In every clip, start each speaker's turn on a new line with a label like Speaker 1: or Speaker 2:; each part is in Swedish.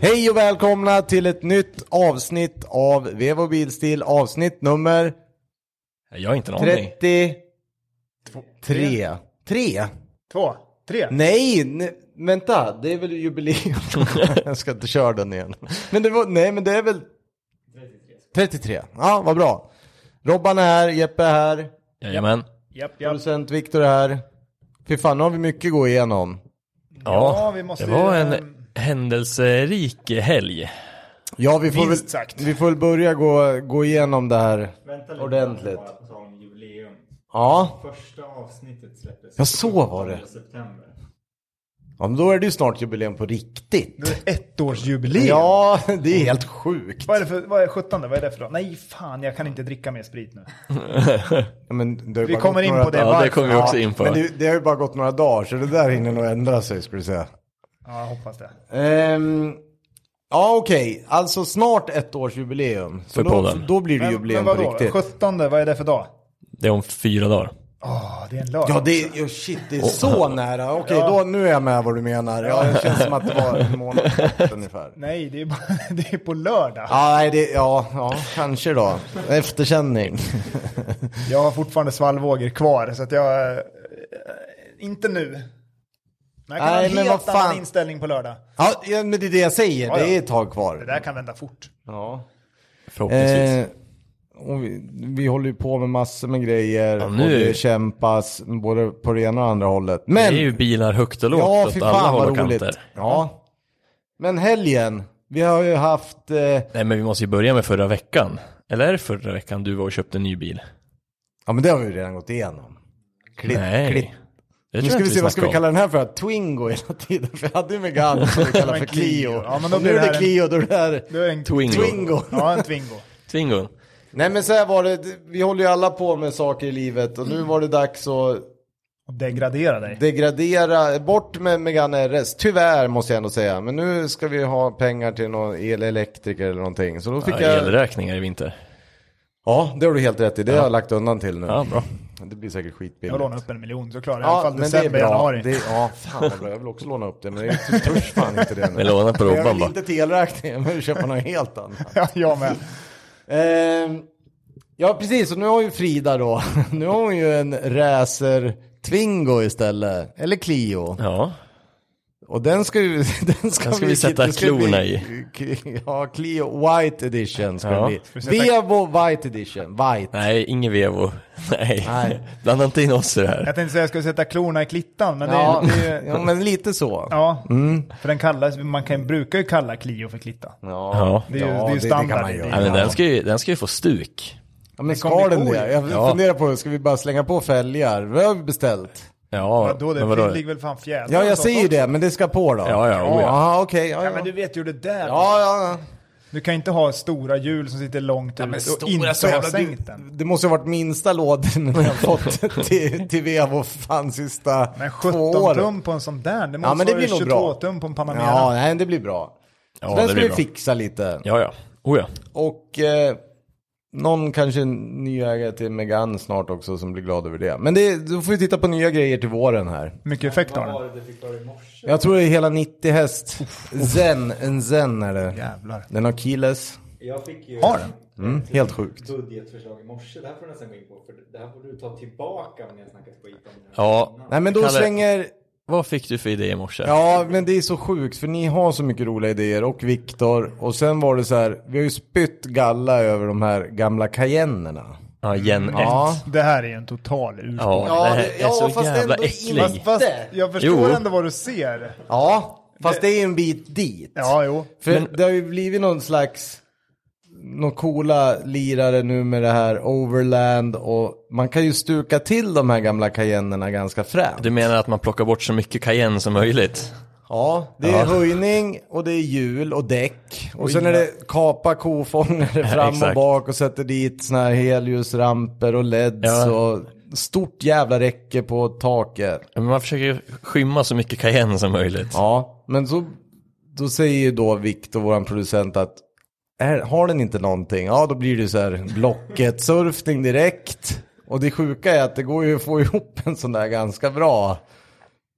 Speaker 1: Hej och välkomna till ett nytt avsnitt av Vevo Bilstil, avsnitt nummer
Speaker 2: Jag har inte en aning.
Speaker 1: 33. Tre?
Speaker 3: Två, tre.
Speaker 1: Nej, ne- vänta, det är väl jubileum. Jag ska inte köra den igen. Men det var, nej, men det är väl 33. Ja, vad bra. Robban är här, Jeppe är här,
Speaker 2: Jajamän.
Speaker 3: Japp, japp.
Speaker 1: producent Viktor är här. Fy fan, nu har vi mycket att gå igenom.
Speaker 3: Ja, vi måste
Speaker 2: det var
Speaker 3: ju,
Speaker 2: en
Speaker 3: ehm,
Speaker 1: eh,
Speaker 2: händelserik helg.
Speaker 1: Ja, vi får, väl,
Speaker 3: Minst sagt.
Speaker 1: vi får väl börja gå, gå igenom det här ordentligt.
Speaker 4: Bara på tal om jubileum.
Speaker 1: Ja,
Speaker 4: Första avsnittet släpptes
Speaker 1: ja så var det.
Speaker 4: 17 september.
Speaker 1: Ja, men då är det ju snart jubileum på riktigt.
Speaker 3: Nu är det ettårsjubileum.
Speaker 1: Ja, det är helt sjukt.
Speaker 3: Vad är det för, vad är 17 vad är det för dag? Nej fan, jag kan inte dricka mer sprit nu.
Speaker 1: Ja, men det har ju
Speaker 3: Vi
Speaker 1: bara
Speaker 3: kommer
Speaker 1: gått
Speaker 3: in
Speaker 1: några
Speaker 3: på det.
Speaker 1: dagar.
Speaker 2: Ja, det kommer vi också in
Speaker 1: Men
Speaker 2: på.
Speaker 1: det, det har ju bara gått några dagar, så det där hinner nog ändra sig skulle jag säga.
Speaker 3: Ja, jag hoppas det.
Speaker 1: Ehm, ja, okej. Alltså snart ett års jubileum. Så
Speaker 2: För
Speaker 1: då,
Speaker 2: podden.
Speaker 1: då blir det jubileum på
Speaker 3: vadå?
Speaker 1: riktigt.
Speaker 3: 17 vad är det för dag?
Speaker 2: Det är om fyra dagar.
Speaker 3: Åh, det är en lördag.
Speaker 1: Ja, det är, oh shit, det är så nära. Okej, då, nu är jag med vad du menar. Ja, det känns som att det var en månad ungefär.
Speaker 3: Nej, det är, bara, det är på lördag.
Speaker 1: Ja, nej, det, ja, ja, kanske då. Efterkänning.
Speaker 3: Jag har fortfarande svallvågor kvar, så att jag... eh, Inte nu.
Speaker 1: Nej,
Speaker 3: Men jag kan ha en
Speaker 1: men
Speaker 3: helt
Speaker 1: vad fan.
Speaker 3: annan inställning på lördag.
Speaker 1: Ja, ja, men det är det jag säger.
Speaker 3: Ja,
Speaker 1: Det
Speaker 3: ja.
Speaker 1: är ett tag
Speaker 3: Det
Speaker 1: kvar.
Speaker 3: där kan vända fort.
Speaker 1: Ja.
Speaker 2: Förhoppningsvis.
Speaker 1: Eh, och vi, vi håller ju på med massor med grejer
Speaker 2: Ja,
Speaker 1: och
Speaker 2: nu-
Speaker 1: det kämpas både på det ena och andra hållet.
Speaker 2: Det
Speaker 1: Men,
Speaker 2: är ju bilar högt och lågt
Speaker 1: ja fy
Speaker 2: åt alla
Speaker 1: fan
Speaker 2: håll
Speaker 1: vad
Speaker 2: och
Speaker 1: roligt.
Speaker 2: kanter.
Speaker 1: Ja. Men helgen, vi har ju haft, eh,
Speaker 2: Nej men vi måste ju börja med förra veckan. Eller är det förra veckan du var och köpte en ny bil?
Speaker 1: ja men det har vi ju redan gått igenom. Klipp,
Speaker 2: Nej.
Speaker 1: klipp.
Speaker 2: Det tror
Speaker 1: Nu
Speaker 2: jag
Speaker 1: ska vi
Speaker 2: inte
Speaker 1: se, vad ska vi
Speaker 2: snackade
Speaker 1: kalla
Speaker 2: om.
Speaker 1: den här för? Twingo hela tiden. För jag hade ju Megane som vi kallar för
Speaker 3: En
Speaker 1: Clio.
Speaker 3: Clio. Ja, men då
Speaker 1: Och nu
Speaker 3: blir
Speaker 1: är det
Speaker 3: det här en-
Speaker 1: Clio, då är det här
Speaker 3: Du är en
Speaker 2: Twingo.
Speaker 1: Twingo.
Speaker 3: Ja, en Twingo.
Speaker 2: Twingon.
Speaker 1: Nej men så här var det, vi håller ju alla på med saker i livet och nu var det dags att
Speaker 3: Och degradera dig.
Speaker 1: degradera, bort med Megane RS, tyvärr måste jag ändå säga. Men nu ska vi ha pengar till någon el elektriker eller någonting. Så då fick
Speaker 2: Ja,
Speaker 1: jag...
Speaker 2: elräkningar i vinter.
Speaker 1: Ja, det har du helt rätt i, det har jag lagt undan till nu.
Speaker 2: Ja, bra.
Speaker 1: Det blir säkert skitbilligt.
Speaker 3: Jag lånar upp en miljon såklart. I alla
Speaker 1: Ja,
Speaker 3: fall
Speaker 1: men det är
Speaker 3: december,
Speaker 1: bra.
Speaker 3: januari.
Speaker 1: Det, ja, fan vad bra. Jag vill också låna upp det, men det är- törs fan inte det
Speaker 2: Vi
Speaker 1: nu.
Speaker 2: lånar på
Speaker 1: Jag
Speaker 2: Robban
Speaker 1: vill
Speaker 2: bara.
Speaker 1: inte till elräkningen, men vi köper något helt annat.
Speaker 3: Ja, jag med.
Speaker 1: Ehm, ja, precis. Och nu har ju Frida då, nu har hon ju en Racer Twingo istället. Eller Clio.
Speaker 2: Ja,
Speaker 1: Och den ska, ju, den ska,
Speaker 2: Den ska vi sätta
Speaker 1: det ska
Speaker 2: klorna
Speaker 1: bli- Ja, Clio White Edition ska
Speaker 2: Ja.
Speaker 1: det bli.
Speaker 3: vi sätta-
Speaker 1: Vevo White Edition, White.
Speaker 2: nej ingen Vevo. Nej,
Speaker 1: Nej.
Speaker 2: blanda inte in oss i det här.
Speaker 3: Jag tänkte säga att jag skulle sätta klorna i klittan, men det,
Speaker 1: Ja,
Speaker 3: är det är ju...
Speaker 1: ja, men lite så.
Speaker 3: Ja,
Speaker 2: Mm.
Speaker 3: för den kallas, man kan, brukar ju kalla Clio för klitta.
Speaker 2: Ja.
Speaker 3: Det är
Speaker 1: Ja,
Speaker 3: ju, det är
Speaker 1: det-
Speaker 3: ju
Speaker 1: det
Speaker 3: standard.
Speaker 1: kan man göra.
Speaker 2: Nej men den ska ju, den ska ju få stuk.
Speaker 1: Ja, men
Speaker 3: kommer
Speaker 1: ska den
Speaker 3: gå
Speaker 1: det? Jag funderar på, ska vi bara slänga på fälgar? Vad har vi beställt?
Speaker 2: Ja,
Speaker 3: Vadå, det
Speaker 2: men vadå?
Speaker 3: ligger väl fan fjädrar
Speaker 1: Ja,
Speaker 3: och
Speaker 1: jag
Speaker 3: sånt
Speaker 1: säger ju
Speaker 3: också.
Speaker 1: det, men det ska på då.
Speaker 2: Ja, ja, oh, ja.
Speaker 1: Aha, okej. ja,
Speaker 3: Ja,
Speaker 1: ja.
Speaker 3: men du vet ju det där.
Speaker 1: ja, ja, ja.
Speaker 3: Du kan ju inte ha stora hjul som sitter långt ut och inte ha sänkt den.
Speaker 1: Det måste ha varit minsta lådan jag har fått till, till Vevo fan sista
Speaker 3: Men
Speaker 1: två
Speaker 3: 17
Speaker 1: åren.
Speaker 3: tum på en sån där, det
Speaker 1: Ja, men det
Speaker 3: motsvarar ju
Speaker 1: blir nog
Speaker 3: 22
Speaker 1: bra.
Speaker 3: tum på en Panamera.
Speaker 1: Ja, nej, det blir bra.
Speaker 2: Ja,
Speaker 1: Så den
Speaker 2: det
Speaker 1: ska
Speaker 2: blir
Speaker 1: vi
Speaker 2: bra.
Speaker 1: fixa lite.
Speaker 2: Ja, ja. Oh, ja.
Speaker 1: Och eh, någon kanske ny ägare till Megane snart också som blir glad över det. Men det, då får vi titta på nya grejer till våren här.
Speaker 3: Mycket effekt har
Speaker 4: Vad var
Speaker 3: den.
Speaker 4: det du fick höra i morse?
Speaker 1: Jag tror det är hela 90 häst. Zen, en zen är det.
Speaker 3: Jävlar.
Speaker 1: Den har keyless.
Speaker 4: Jag fick ju
Speaker 3: Har den?
Speaker 1: Mm, helt sjukt.
Speaker 4: budgetförslag i morse. Det här får du nästan gå in på. För det här får du ta tillbaka om ni har snackat skit om det. här
Speaker 2: Ja.
Speaker 4: innan.
Speaker 1: Nej men då
Speaker 2: Kalle-
Speaker 1: slänger...
Speaker 2: Vad fick du för idé i morse?
Speaker 1: Ja men det är så sjukt för ni har så mycket roliga idéer och Viktor. Och sen var det så här, vi har ju spytt galla över de här gamla cayennerna.
Speaker 2: Ja, gen 1.
Speaker 1: Ja.
Speaker 3: Det här är ju en total urspårning.
Speaker 2: Ja, det här är så jävla
Speaker 3: Fast,
Speaker 2: äcklig.
Speaker 3: fast jag förstår
Speaker 2: Jo.
Speaker 3: ändå vad du ser.
Speaker 1: Ja, fast det är ju en bit dit.
Speaker 3: Ja, jo.
Speaker 1: För det har ju blivit någon slags, någon coola lirare nu med det här Overland och man kan ju stuka till de här gamla Cayennerna ganska främt.
Speaker 2: Du menar att man plockar bort så mycket Cayenne som möjligt?
Speaker 1: Ja, det är
Speaker 2: Ja.
Speaker 1: höjning och det är hjul och däck. Och sen är det kapa kofångare fram och
Speaker 2: exakt.
Speaker 1: bak och sätter dit såna här helljusramper och leds
Speaker 2: Ja.
Speaker 1: och stort jävla räcke på taket.
Speaker 2: Men man försöker ju skymma så mycket Cayenne som möjligt.
Speaker 1: Ja, men så, då säger ju då Viktor, vår producent, att är, har den inte någonting, ja då blir det så här blocket surfning direkt. Och det sjuka är att det går ju att få ihop en sån där ganska bra.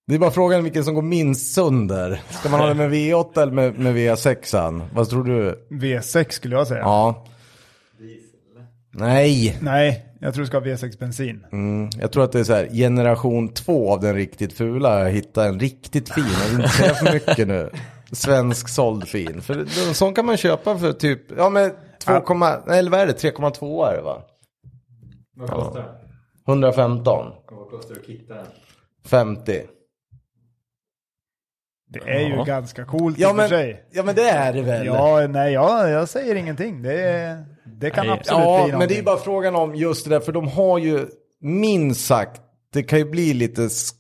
Speaker 1: Det är bara frågan vilken som går minst sönder. Ska man ha den med V8 eller med, med V6? Vad tror du?
Speaker 3: V6 skulle jag säga.
Speaker 1: Ja. Nej,
Speaker 3: Nej, jag tror du ska ha V6 bensin.
Speaker 1: Mm, jag tror att det är så här, generation två av den riktigt fula hitta en riktigt fin. Jag vill inte säga för mycket nu. Svensk såld fin. För en sån kan man köpa för typ, ja men 2,0, eller vad är det, 3,2 är det va?
Speaker 4: Vad kostar den?
Speaker 1: 115,
Speaker 4: Och Vad kostar det att kitta den?
Speaker 1: 50.
Speaker 3: Det är ju
Speaker 2: Ja.
Speaker 3: ganska coolt i
Speaker 1: Ja
Speaker 3: och för
Speaker 1: men,
Speaker 3: sig.
Speaker 1: ja men det är det väl?
Speaker 3: Ja, nej, ja, jag säger ingenting. Det, är- det kan
Speaker 2: Nej.
Speaker 3: absolut bli någonting.
Speaker 1: men det är ju bara frågan om just det där, för de har ju minst sagt, det kan ju bli lite s-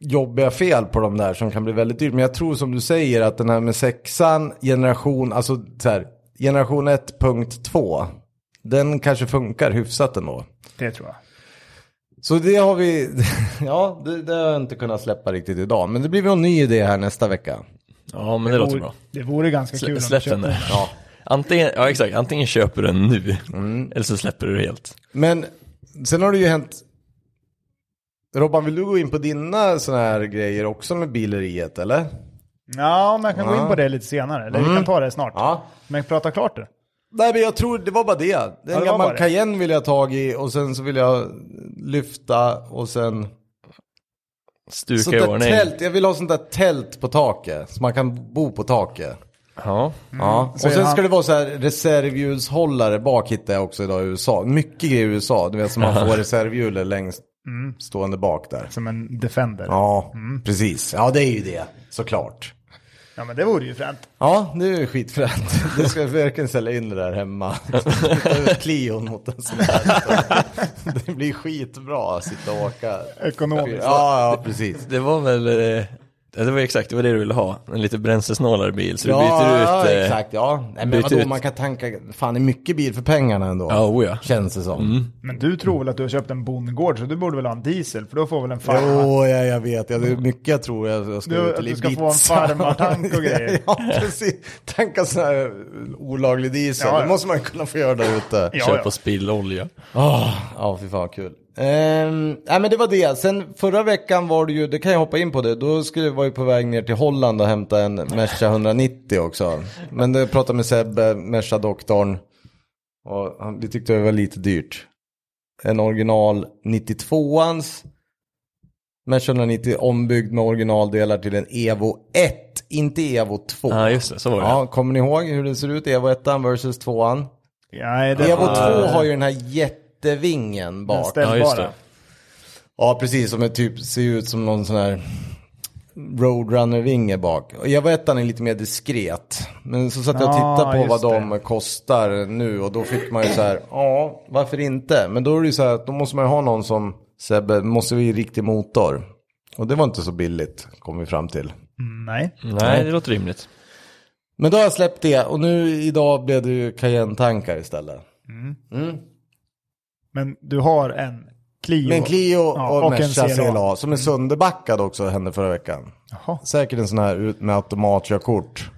Speaker 1: jobbiga fel på de där som kan bli väldigt dyrt. Men jag tror som du säger att den här med sexan, generation, alltså så här, generation 1.2, den kanske funkar hyfsat ändå.
Speaker 3: Det tror jag.
Speaker 1: Så det har vi, ja, det, det har jag inte kunnat släppa riktigt idag. Men det blir väl en ny idé här nästa vecka.
Speaker 2: Ja, men det låter bra.
Speaker 3: Det vore ganska kul
Speaker 2: Slä,
Speaker 3: om
Speaker 2: släpp
Speaker 3: du
Speaker 2: den
Speaker 3: köpte
Speaker 2: där. Ja. Antingen, ja, exakt. Antingen köper du den nu, eller så släpper du det helt.
Speaker 1: Men sen har det ju hänt. Robban, vill du gå in på dina sådana här grejer också med bileriet eller?
Speaker 3: Ja, men jag kan gå in på det lite senare. Eller vi kan ta det snart.
Speaker 1: Ja.
Speaker 3: Men prata klart du.
Speaker 1: Nej men jag tror det var bara det. Det är
Speaker 3: var
Speaker 1: En
Speaker 3: bara
Speaker 1: gammal
Speaker 3: det.
Speaker 1: Cayenne vill jag ha tag i och sen så vill jag lyfta och sen...
Speaker 2: Stuka
Speaker 1: Sånt
Speaker 2: i
Speaker 1: där
Speaker 2: ordning.
Speaker 1: tält, jag vill ha sånt där tält på taket. Så man kan bo på taket.
Speaker 2: Ja.
Speaker 1: Ja. Och
Speaker 3: säger
Speaker 1: sen
Speaker 3: han.
Speaker 1: ska det vara så här reservhjulshållare bak hittade jag också idag i USA. Mycket grejer i USA. Du vet som man får reservhjulet längst stående bak där.
Speaker 3: Som en Defender. Ja,
Speaker 1: Ja, precis. Ja det är ju det, såklart.
Speaker 3: men det vore ju fränt.
Speaker 1: Ja, det är ju skitfränt. Det ska jag verkligen sälja in det där hemma. Ta ut Clion mot en sån här. liksom. Det blir skitbra att sitta och åka.
Speaker 3: Ekonomiskt.
Speaker 1: Ja, ja, precis.
Speaker 2: Det var väl, eh, ja, det var exakt, det var det du ville ha. En lite bränslesnålare bil, så du
Speaker 1: Ja,
Speaker 2: byter ut.
Speaker 1: ja,
Speaker 2: eh,
Speaker 1: exakt. Ja. Nej, men
Speaker 2: byter
Speaker 1: vadå,
Speaker 2: ut-
Speaker 1: man kan tanka fan det är mycket bil för pengarna ändå.
Speaker 2: Ja, oh ja.
Speaker 1: Känns det som.
Speaker 3: Men du tror väl att du har köpt en bondgård så du borde väl ha en diesel för då får väl en
Speaker 1: Jo,
Speaker 3: farmar.
Speaker 1: ja, jag vet. Ja, det är mycket jag tror jag, jag ska
Speaker 3: Du-
Speaker 1: ut
Speaker 3: att
Speaker 1: till
Speaker 3: du ska få en
Speaker 1: Ibiza.
Speaker 3: farmartank och grejer.
Speaker 1: ja, precis. Tanka sån här olaglig diesel.
Speaker 3: Ja, ja.
Speaker 1: Det måste man kunna få göra där ute.
Speaker 3: Ja,
Speaker 2: Köpa
Speaker 3: ja.
Speaker 2: spillolja.
Speaker 1: Åh, Ah, Ja, fy fan vad kul. Ehm, nej men det var det. Sen förra veckan var det ju, det kan jag hoppa in på det, då skulle var jag på väg ner till Holland och hämta en Merca 190 också. Men det jag pratade med Sebbe, Merca-doktorn, och han, vi tyckte det var lite dyrt. En original 92ans Merca 190 ombyggd med originaldelar till en Evo 1, inte Evo 2.
Speaker 2: Ja, just det, så var det.
Speaker 1: Ja, kommer ni ihåg hur det ser ut? Evo 1 versus 2an?
Speaker 3: Nej, det
Speaker 1: Evo 2 har ju den här jättevingen
Speaker 3: Den
Speaker 1: bak.
Speaker 2: Ja, just det.
Speaker 3: ställbara.
Speaker 1: Ja, precis. Som är typ, ser ut som någon sån här Roadrunner-vinge bak. Och Evo 1 är lite mer diskret. Men så satt jag och
Speaker 3: Ja,
Speaker 1: tittade på vad
Speaker 3: Ah, just
Speaker 1: de kostar nu och då fick man ju så här, ja, varför inte? Men då är det ju så här att då måste man ju ha någon som, Sebbe, måste vi riktig motor. Och det var inte så billigt, kom vi fram till.
Speaker 3: Nej.
Speaker 2: Nej, det låter rimligt.
Speaker 1: Men då har jag släppt det och nu idag blev det ju Cayenne-tankar istället.
Speaker 3: Men du har en Clio.
Speaker 1: Med en Clio
Speaker 3: Ja,
Speaker 1: och,
Speaker 3: och en
Speaker 1: Merca
Speaker 3: CLA.
Speaker 1: CLA. som är sönderbackad också hände förra veckan.
Speaker 3: Jaha.
Speaker 1: Säkert en sån här ut med automatkörkort.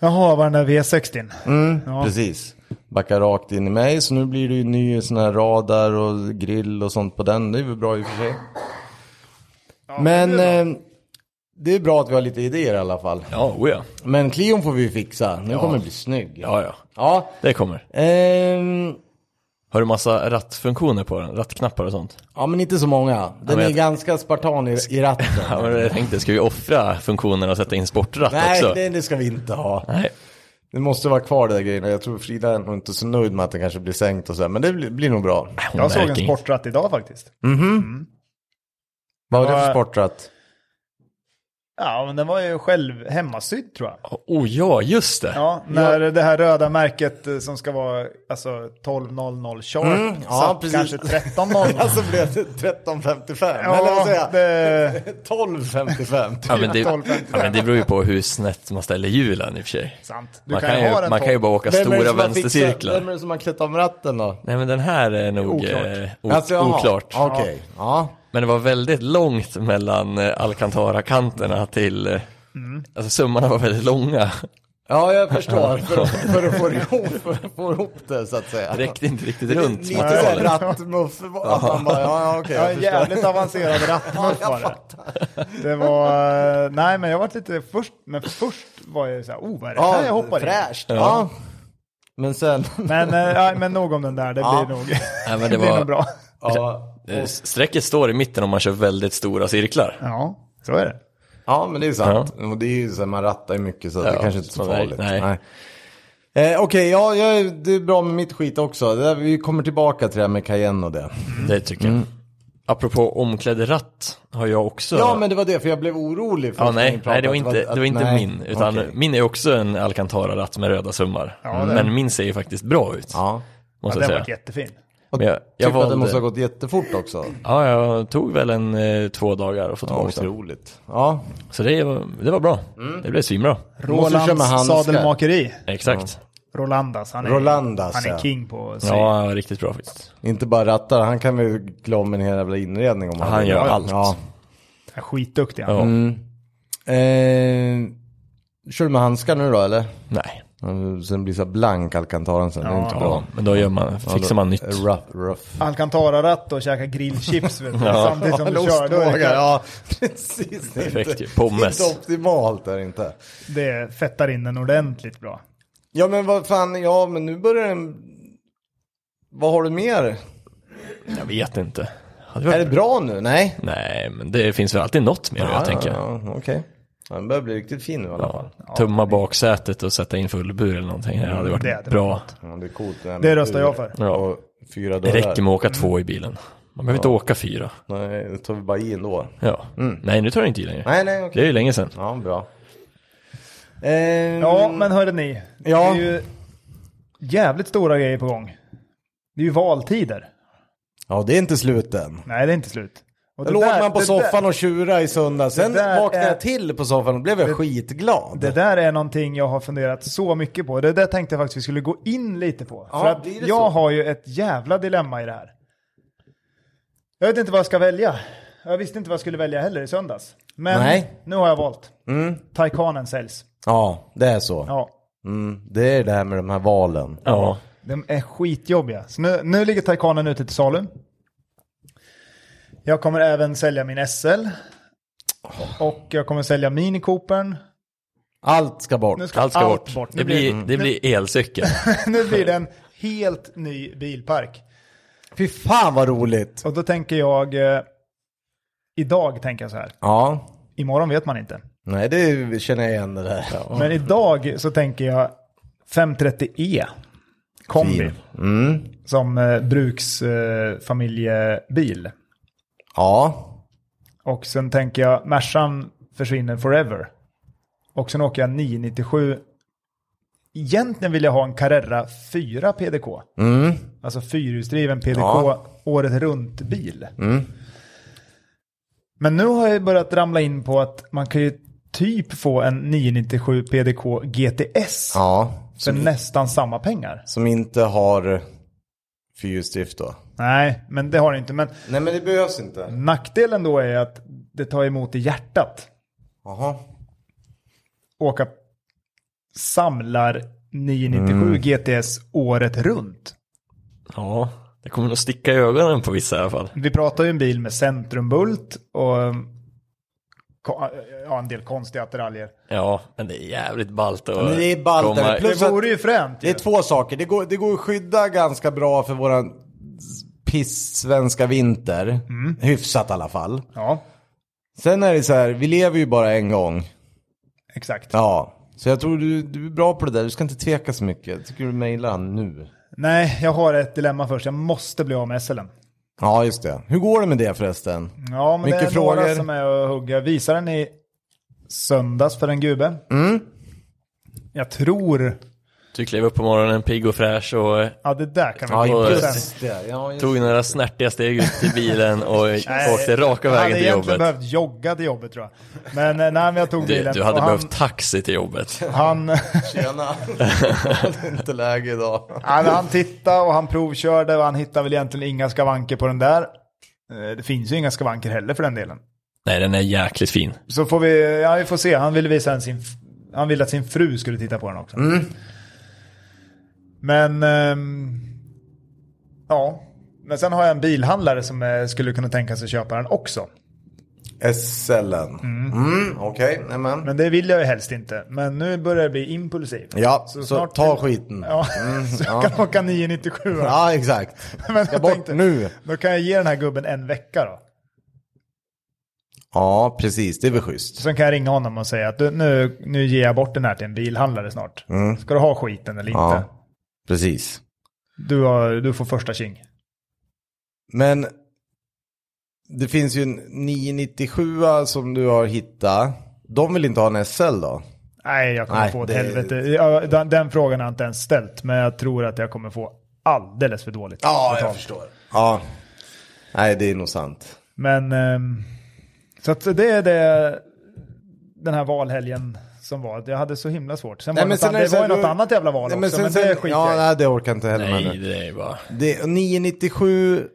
Speaker 3: Jaha, var den där V60? Ja.
Speaker 1: Precis. Backar rakt in i mig så nu blir det ju ny sån här radar och grill och sånt på den. Det är väl bra i och för sig. Men eh, det är, bra att vi har lite idéer i alla fall.
Speaker 2: Ja, oh ja.
Speaker 1: Men Clion får vi ju fixa. Den kommer bli snygg.
Speaker 2: Ja, ja.
Speaker 1: Ja,
Speaker 2: Det kommer.
Speaker 1: ehm,
Speaker 2: Har du massa rattfunktioner på den? Rattknappar och sånt?
Speaker 1: ja men inte så många. Den
Speaker 2: men
Speaker 1: är
Speaker 2: jag-
Speaker 1: ganska spartan i, i ratten.
Speaker 2: Ja, men jag tänkte, ska vi offra funktionerna och sätta in sportratt
Speaker 1: Nej,
Speaker 2: också?
Speaker 1: det, det ska vi inte ha.
Speaker 2: Nej,
Speaker 1: Det måste vara kvar det där grejen. Jag tror Frida är nog inte så nöjd med att den kanske blir sänkt och så här, Men det blir, blir nog bra.
Speaker 2: hon
Speaker 3: Jag såg
Speaker 2: märker
Speaker 3: en
Speaker 2: inget.
Speaker 3: sportratt idag faktiskt.
Speaker 1: Vad var det för
Speaker 3: Ja.
Speaker 1: sportratt?
Speaker 3: Ja, men den var ju själv hemmasydd tror jag.
Speaker 2: Oh ja, just det.
Speaker 3: Ja, när det här röda märket eh, som ska vara alltså 12.00 sharp
Speaker 1: Mm, ja,
Speaker 3: satt
Speaker 1: precis.
Speaker 3: kanske 13.00.
Speaker 1: Alltså blev det 13.55. Eller vad
Speaker 3: ja,
Speaker 1: säger jag?
Speaker 3: det,
Speaker 1: 12.55.
Speaker 2: Ja, men det, ja,
Speaker 3: 12.55.
Speaker 2: men det beror ju på hur snett man ställer hjulen i och för sig.
Speaker 3: sant. Du
Speaker 2: Man
Speaker 3: kan,
Speaker 2: kan,
Speaker 3: ju ha
Speaker 2: ju,
Speaker 3: den
Speaker 2: man kan ju bara åka
Speaker 1: Vem är det
Speaker 2: stora
Speaker 1: som har fixat-
Speaker 2: vänstercirklar.
Speaker 1: Vem är det som har klätt om ratten då?
Speaker 2: Nej men den här är nog
Speaker 3: Oklart.
Speaker 2: eh, o-
Speaker 1: Alltså, jaha.
Speaker 2: oklart.
Speaker 1: Okej, ja.
Speaker 2: Men det var väldigt långt mellan eh, Alcantara-kanterna till... eh, Alltså summorna var väldigt långa.
Speaker 1: Ja, jag förstår. För, för att få det ihop, för att få ihop det så att säga.
Speaker 2: Det räckte inte riktigt runt.
Speaker 1: Lite såhär
Speaker 2: materialet.
Speaker 1: rattmuff. Att man bara, ja, ja, okej,
Speaker 3: Ja,
Speaker 1: jag
Speaker 3: en
Speaker 1: förstår.
Speaker 3: jävligt avancerad rattmuff var det. Det var, eh, nej men jag var lite först, men först var jag ju så här, oh vad är det här jag hoppar in?
Speaker 1: fräscht. Ja. Men sen,
Speaker 3: Men, eh, ja, men nog om den där, det
Speaker 1: Ja.
Speaker 3: blir nog,
Speaker 2: Nej, men
Speaker 3: det
Speaker 2: det
Speaker 3: blir nog
Speaker 2: var,
Speaker 3: bra.
Speaker 1: ja.
Speaker 2: eh, strecket står i mitten om man kör väldigt stora cirklar.
Speaker 3: Ja, så är det.
Speaker 1: ja, men det är ju sant. Och det är ju så här, man rattar ju mycket så att det
Speaker 2: Ja,
Speaker 1: kanske inte är så
Speaker 2: så nej,
Speaker 1: farligt.
Speaker 2: nej.
Speaker 1: Eh, Okej, ja, jag, det är bra med mitt skit också. Det där, vi kommer tillbaka till det här med Cayenne och det.
Speaker 2: Det tycker jag. Apropå omklädd ratt har jag också...
Speaker 1: Ja, men det var det, för jag blev orolig. För
Speaker 2: Ja,
Speaker 1: att ni
Speaker 2: nej,
Speaker 1: pratade
Speaker 2: nej, det var
Speaker 1: att-
Speaker 2: inte,
Speaker 1: att-
Speaker 2: det var inte
Speaker 1: nej.
Speaker 2: min. Utan
Speaker 1: Okej.
Speaker 2: min är också en Alcantara-ratt med röda summar. men min ser ju faktiskt bra ut.
Speaker 1: Ja.
Speaker 3: Ja,
Speaker 2: Måste
Speaker 3: den
Speaker 2: jag
Speaker 3: var
Speaker 2: säga.
Speaker 3: jättefin.
Speaker 1: Och
Speaker 2: Men jag- jag
Speaker 1: tyckte att det
Speaker 2: valde-
Speaker 1: måste ha gått jättefort också.
Speaker 2: Ja, jag tog väl en eh, två dagar att få
Speaker 1: Ja,
Speaker 2: tillbaka den.
Speaker 1: otroligt. Ja,
Speaker 2: Så det, var- det var bra. Det blev svinbra.
Speaker 1: Måste köra med
Speaker 3: Rolands
Speaker 1: handskar.
Speaker 3: sadelmakeri.
Speaker 2: Exakt.
Speaker 3: Rolandas, han är,
Speaker 1: Rolandas,
Speaker 3: han
Speaker 1: ja.
Speaker 3: är king på sy.
Speaker 2: Ja, han var riktigt bra faktiskt.
Speaker 1: inte bara rattar. Han kan väl klä om en hel jävla inredning om
Speaker 2: Han
Speaker 1: vill.
Speaker 2: gör allt.
Speaker 1: Ja.
Speaker 3: Han är Skitduktig han.
Speaker 2: Ja.
Speaker 1: Mm. Eh, kör du med handskar nu då eller?
Speaker 2: Nej.
Speaker 1: Mm, Sen blir så här blank alcantaran sen, det är inte
Speaker 2: Ja,
Speaker 1: bra.
Speaker 2: men då gör man, fixar man nytt.
Speaker 1: Rough, rough.
Speaker 3: Alcantara-ratt och käka grillchips vet du, samtidigt som du kör. Då är det,
Speaker 1: ja precis. Det är
Speaker 2: Perfekt ju.
Speaker 1: inte,
Speaker 2: Pommes.
Speaker 1: inte optimalt är det inte.
Speaker 3: det fettar in den ordentligt bra.
Speaker 1: Ja men vad fan, ja men nu börjar den... Vad har du mer?
Speaker 2: Jag vet inte. Hade
Speaker 1: Är
Speaker 2: varit-
Speaker 1: det bra nu? Nej?
Speaker 2: Nej, men det finns väl alltid något mer jag tänker.
Speaker 1: Ja, okej. Ja, den börjar bli riktigt fin nu i alla fall.
Speaker 2: Ja, tumma baksätet och sätta in fullbur eller någonting. Det hade varit
Speaker 3: Det hade
Speaker 2: bra.
Speaker 1: Ja, det är coolt. här
Speaker 3: Det
Speaker 1: med
Speaker 3: röstar
Speaker 1: ur
Speaker 3: jag för.
Speaker 2: Ja.
Speaker 1: Och fyra
Speaker 2: Det
Speaker 1: dörrar.
Speaker 2: räcker med att åka två i bilen. Man behöver inte åka fyra.
Speaker 1: Nej, det tar vi bara i ändå.
Speaker 2: Ja. Nej, nu tar det inte i längre.
Speaker 1: Nej, nej, okej.
Speaker 2: Det är ju länge sedan.
Speaker 1: Ja, bra. Ehm,
Speaker 3: Ja, men hörde ni. Det
Speaker 1: Mm. Ja.
Speaker 3: är ju jävligt stora grejer på gång. Det är ju valtider.
Speaker 1: ja, det är inte slut än.
Speaker 3: Nej, det är inte slut. Och
Speaker 1: Då låg
Speaker 3: där-
Speaker 1: man på
Speaker 3: det
Speaker 1: soffan och tjura i söndag. Sen
Speaker 3: Det där
Speaker 1: vaknade
Speaker 3: är-
Speaker 1: jag till på soffan och blev jag skitglad.
Speaker 3: Där, det där är någonting jag har funderat så mycket på. Det där tänkte jag faktiskt vi skulle gå in lite på.
Speaker 1: Ja,
Speaker 3: För att
Speaker 1: blir det
Speaker 3: jag
Speaker 1: så?
Speaker 3: har ju ett jävla dilemma i det här. Jag vet inte vad jag ska välja. Jag visste inte vad jag skulle välja heller i söndags. Men
Speaker 1: Nej. Mm.
Speaker 3: nu har jag valt. Taycanen säljs.
Speaker 1: Ja, det är så.
Speaker 3: Ja,
Speaker 1: Mm, det är det här med de här valen.
Speaker 2: Ja.
Speaker 3: De är skitjobbiga. Så nu, nu ligger Taycanen ute till salu. Jag kommer även sälja min SL. Och jag kommer sälja minikoopern.
Speaker 1: Allt ska bort.
Speaker 3: Nu ska
Speaker 2: Allt ska
Speaker 3: allt
Speaker 2: bort.
Speaker 3: bort. Nu
Speaker 2: Det, blir,
Speaker 3: blir-
Speaker 2: det blir elcykel.
Speaker 3: Nu blir det en helt ny bilpark.
Speaker 1: Fy fan vad roligt.
Speaker 3: Och då tänker jag, eh, idag tänker jag så här.
Speaker 1: Ja,
Speaker 3: Imorgon vet man inte.
Speaker 1: nej det känner jag igen det där.
Speaker 3: Men idag så tänker jag 530e kombi.
Speaker 1: Mm.
Speaker 3: Som eh, bruksfamiljebil. Eh, familjebil.
Speaker 1: Ja,
Speaker 3: Och sen tänker jag, Mercan försvinner forever. Och sen åker jag 997. Egentligen vill jag ha en Carrera 4 PDK. Alltså fyrhjulsdriven PDK,
Speaker 1: Mm. Ja. Mm.
Speaker 3: året runt-bil. Men nu har jag börjat ramla in på att man kan ju typ få en 997 PDK GTS
Speaker 1: ja.
Speaker 3: för nästan samma pengar.
Speaker 1: Som inte har fyrhjulsdrift då.
Speaker 3: Nej, men det har det inte. Men
Speaker 1: Nej men det behövs inte.
Speaker 3: nackdelen då är att det tar emot i hjärtat.
Speaker 1: Jaha.
Speaker 3: åka samlar 997
Speaker 1: Mm.
Speaker 3: GTS året runt.
Speaker 2: Ja, det kommer nog sticka i ögonen på vissa i alla fall.
Speaker 3: Vi pratar ju en bil med centrumbult och um, ko- ja, en del konstiga attiraljer.
Speaker 2: Ja, men det är jävligt ballt att
Speaker 1: Men det är ballt,
Speaker 2: komma-
Speaker 1: det är plus-
Speaker 3: Det vore ju fränt.
Speaker 1: Det är
Speaker 3: Ju.
Speaker 1: två saker. Det går, det går att skydda ganska bra för våran piss-svenska vinter. Hyfsat i alla fall.
Speaker 3: Ja,
Speaker 1: Sen är det så här, vi lever ju bara en gång.
Speaker 3: exakt.
Speaker 1: Ja. Så jag tror du, du är bra på det där, du ska inte tveka så mycket. Jag tycker du mejlar han nu.
Speaker 3: Nej, jag har ett dilemma först. Jag måste bli av med SLen.
Speaker 1: Ja, just det. Hur går det med det förresten?
Speaker 3: Ja, men
Speaker 1: Mycket
Speaker 3: det är
Speaker 1: frågor.
Speaker 3: några som är och hugga. Visar den i söndags för en gube.
Speaker 1: Mm.
Speaker 3: Jag tror,
Speaker 2: Du klev upp på morgonen pigg och fräsch och eh,
Speaker 3: ja det där kan vi
Speaker 2: Ja,
Speaker 3: gå
Speaker 2: just
Speaker 3: sen.
Speaker 2: det.
Speaker 1: det. Ja, just
Speaker 2: tog några snärtiga steg ut till bilen och
Speaker 3: Nej,
Speaker 2: åkte raka vägen till
Speaker 3: Jag hade egentligen
Speaker 2: jobbet.
Speaker 3: behövt jogga till jobbet tror jag. Men eh, nej, men jag tog
Speaker 2: Du,
Speaker 3: bilen.
Speaker 2: du hade
Speaker 3: och han,
Speaker 2: behövt taxi till jobbet.
Speaker 3: Han, nej,
Speaker 1: Tjena. det är inte läge idag.
Speaker 3: men han tittade och han provkörde och han hittade väl egentligen inga skavanker på den där. Eh, Det finns ju inga skavanker heller för den delen.
Speaker 2: Nej, den är jäkligt fin.
Speaker 3: Så får vi, ja vi får se. Han ville visa en sin, han ville att sin fru skulle titta på den också.
Speaker 2: Mm.
Speaker 3: Men, ehm, ja. Men sen har jag en bilhandlare som eh, skulle kunna tänka sig köpa den också.
Speaker 1: SLen. Mm. Okej, okay.
Speaker 3: Men det vill jag ju helst inte. Men nu börjar det bli impulsivt.
Speaker 1: Ja, så,
Speaker 3: snart-
Speaker 1: ta skiten. Mm, Ja,
Speaker 3: Ja, så jag kan åka 997. va?
Speaker 1: exakt.
Speaker 3: Men
Speaker 1: Ska
Speaker 3: jag
Speaker 1: bort
Speaker 3: tänkte,
Speaker 1: nu.
Speaker 3: Då kan jag ge den här gubben en vecka då.
Speaker 1: Ja, precis. Det är väl schysst.
Speaker 3: Sen kan jag ringa honom och säga att du, nu, nu ger jag bort den här till en bilhandlare snart. Ska du ha skiten eller inte?
Speaker 1: Mm. Ja. Precis.
Speaker 3: Du, har, du får första tjing.
Speaker 1: Men det finns ju en 997 som du har hittat. De vill inte ha en SL då?
Speaker 3: Nej, jag kommer
Speaker 1: Nej,
Speaker 3: få ett
Speaker 1: det-
Speaker 3: helvete. Ja, Den, den frågan har jag inte ens ställt, men jag tror att jag kommer få alldeles för dåligt betalt.
Speaker 1: förstår. Ja. Nej, det är nog sant.
Speaker 3: Men ehm, så att det är det den här valhelgen som var. Jag hade så himla svårt. Sen var något, an- det
Speaker 1: så
Speaker 3: var
Speaker 1: här,
Speaker 3: ju något
Speaker 1: du-
Speaker 3: annat jävla val
Speaker 1: Nej,
Speaker 3: också, men
Speaker 1: sen-
Speaker 3: det
Speaker 1: sen-
Speaker 3: skiter
Speaker 1: Ja,
Speaker 3: jag i.
Speaker 1: nej, det orkar jag inte heller med
Speaker 2: Nej,
Speaker 1: nu.
Speaker 2: det är bara...
Speaker 1: Det, 997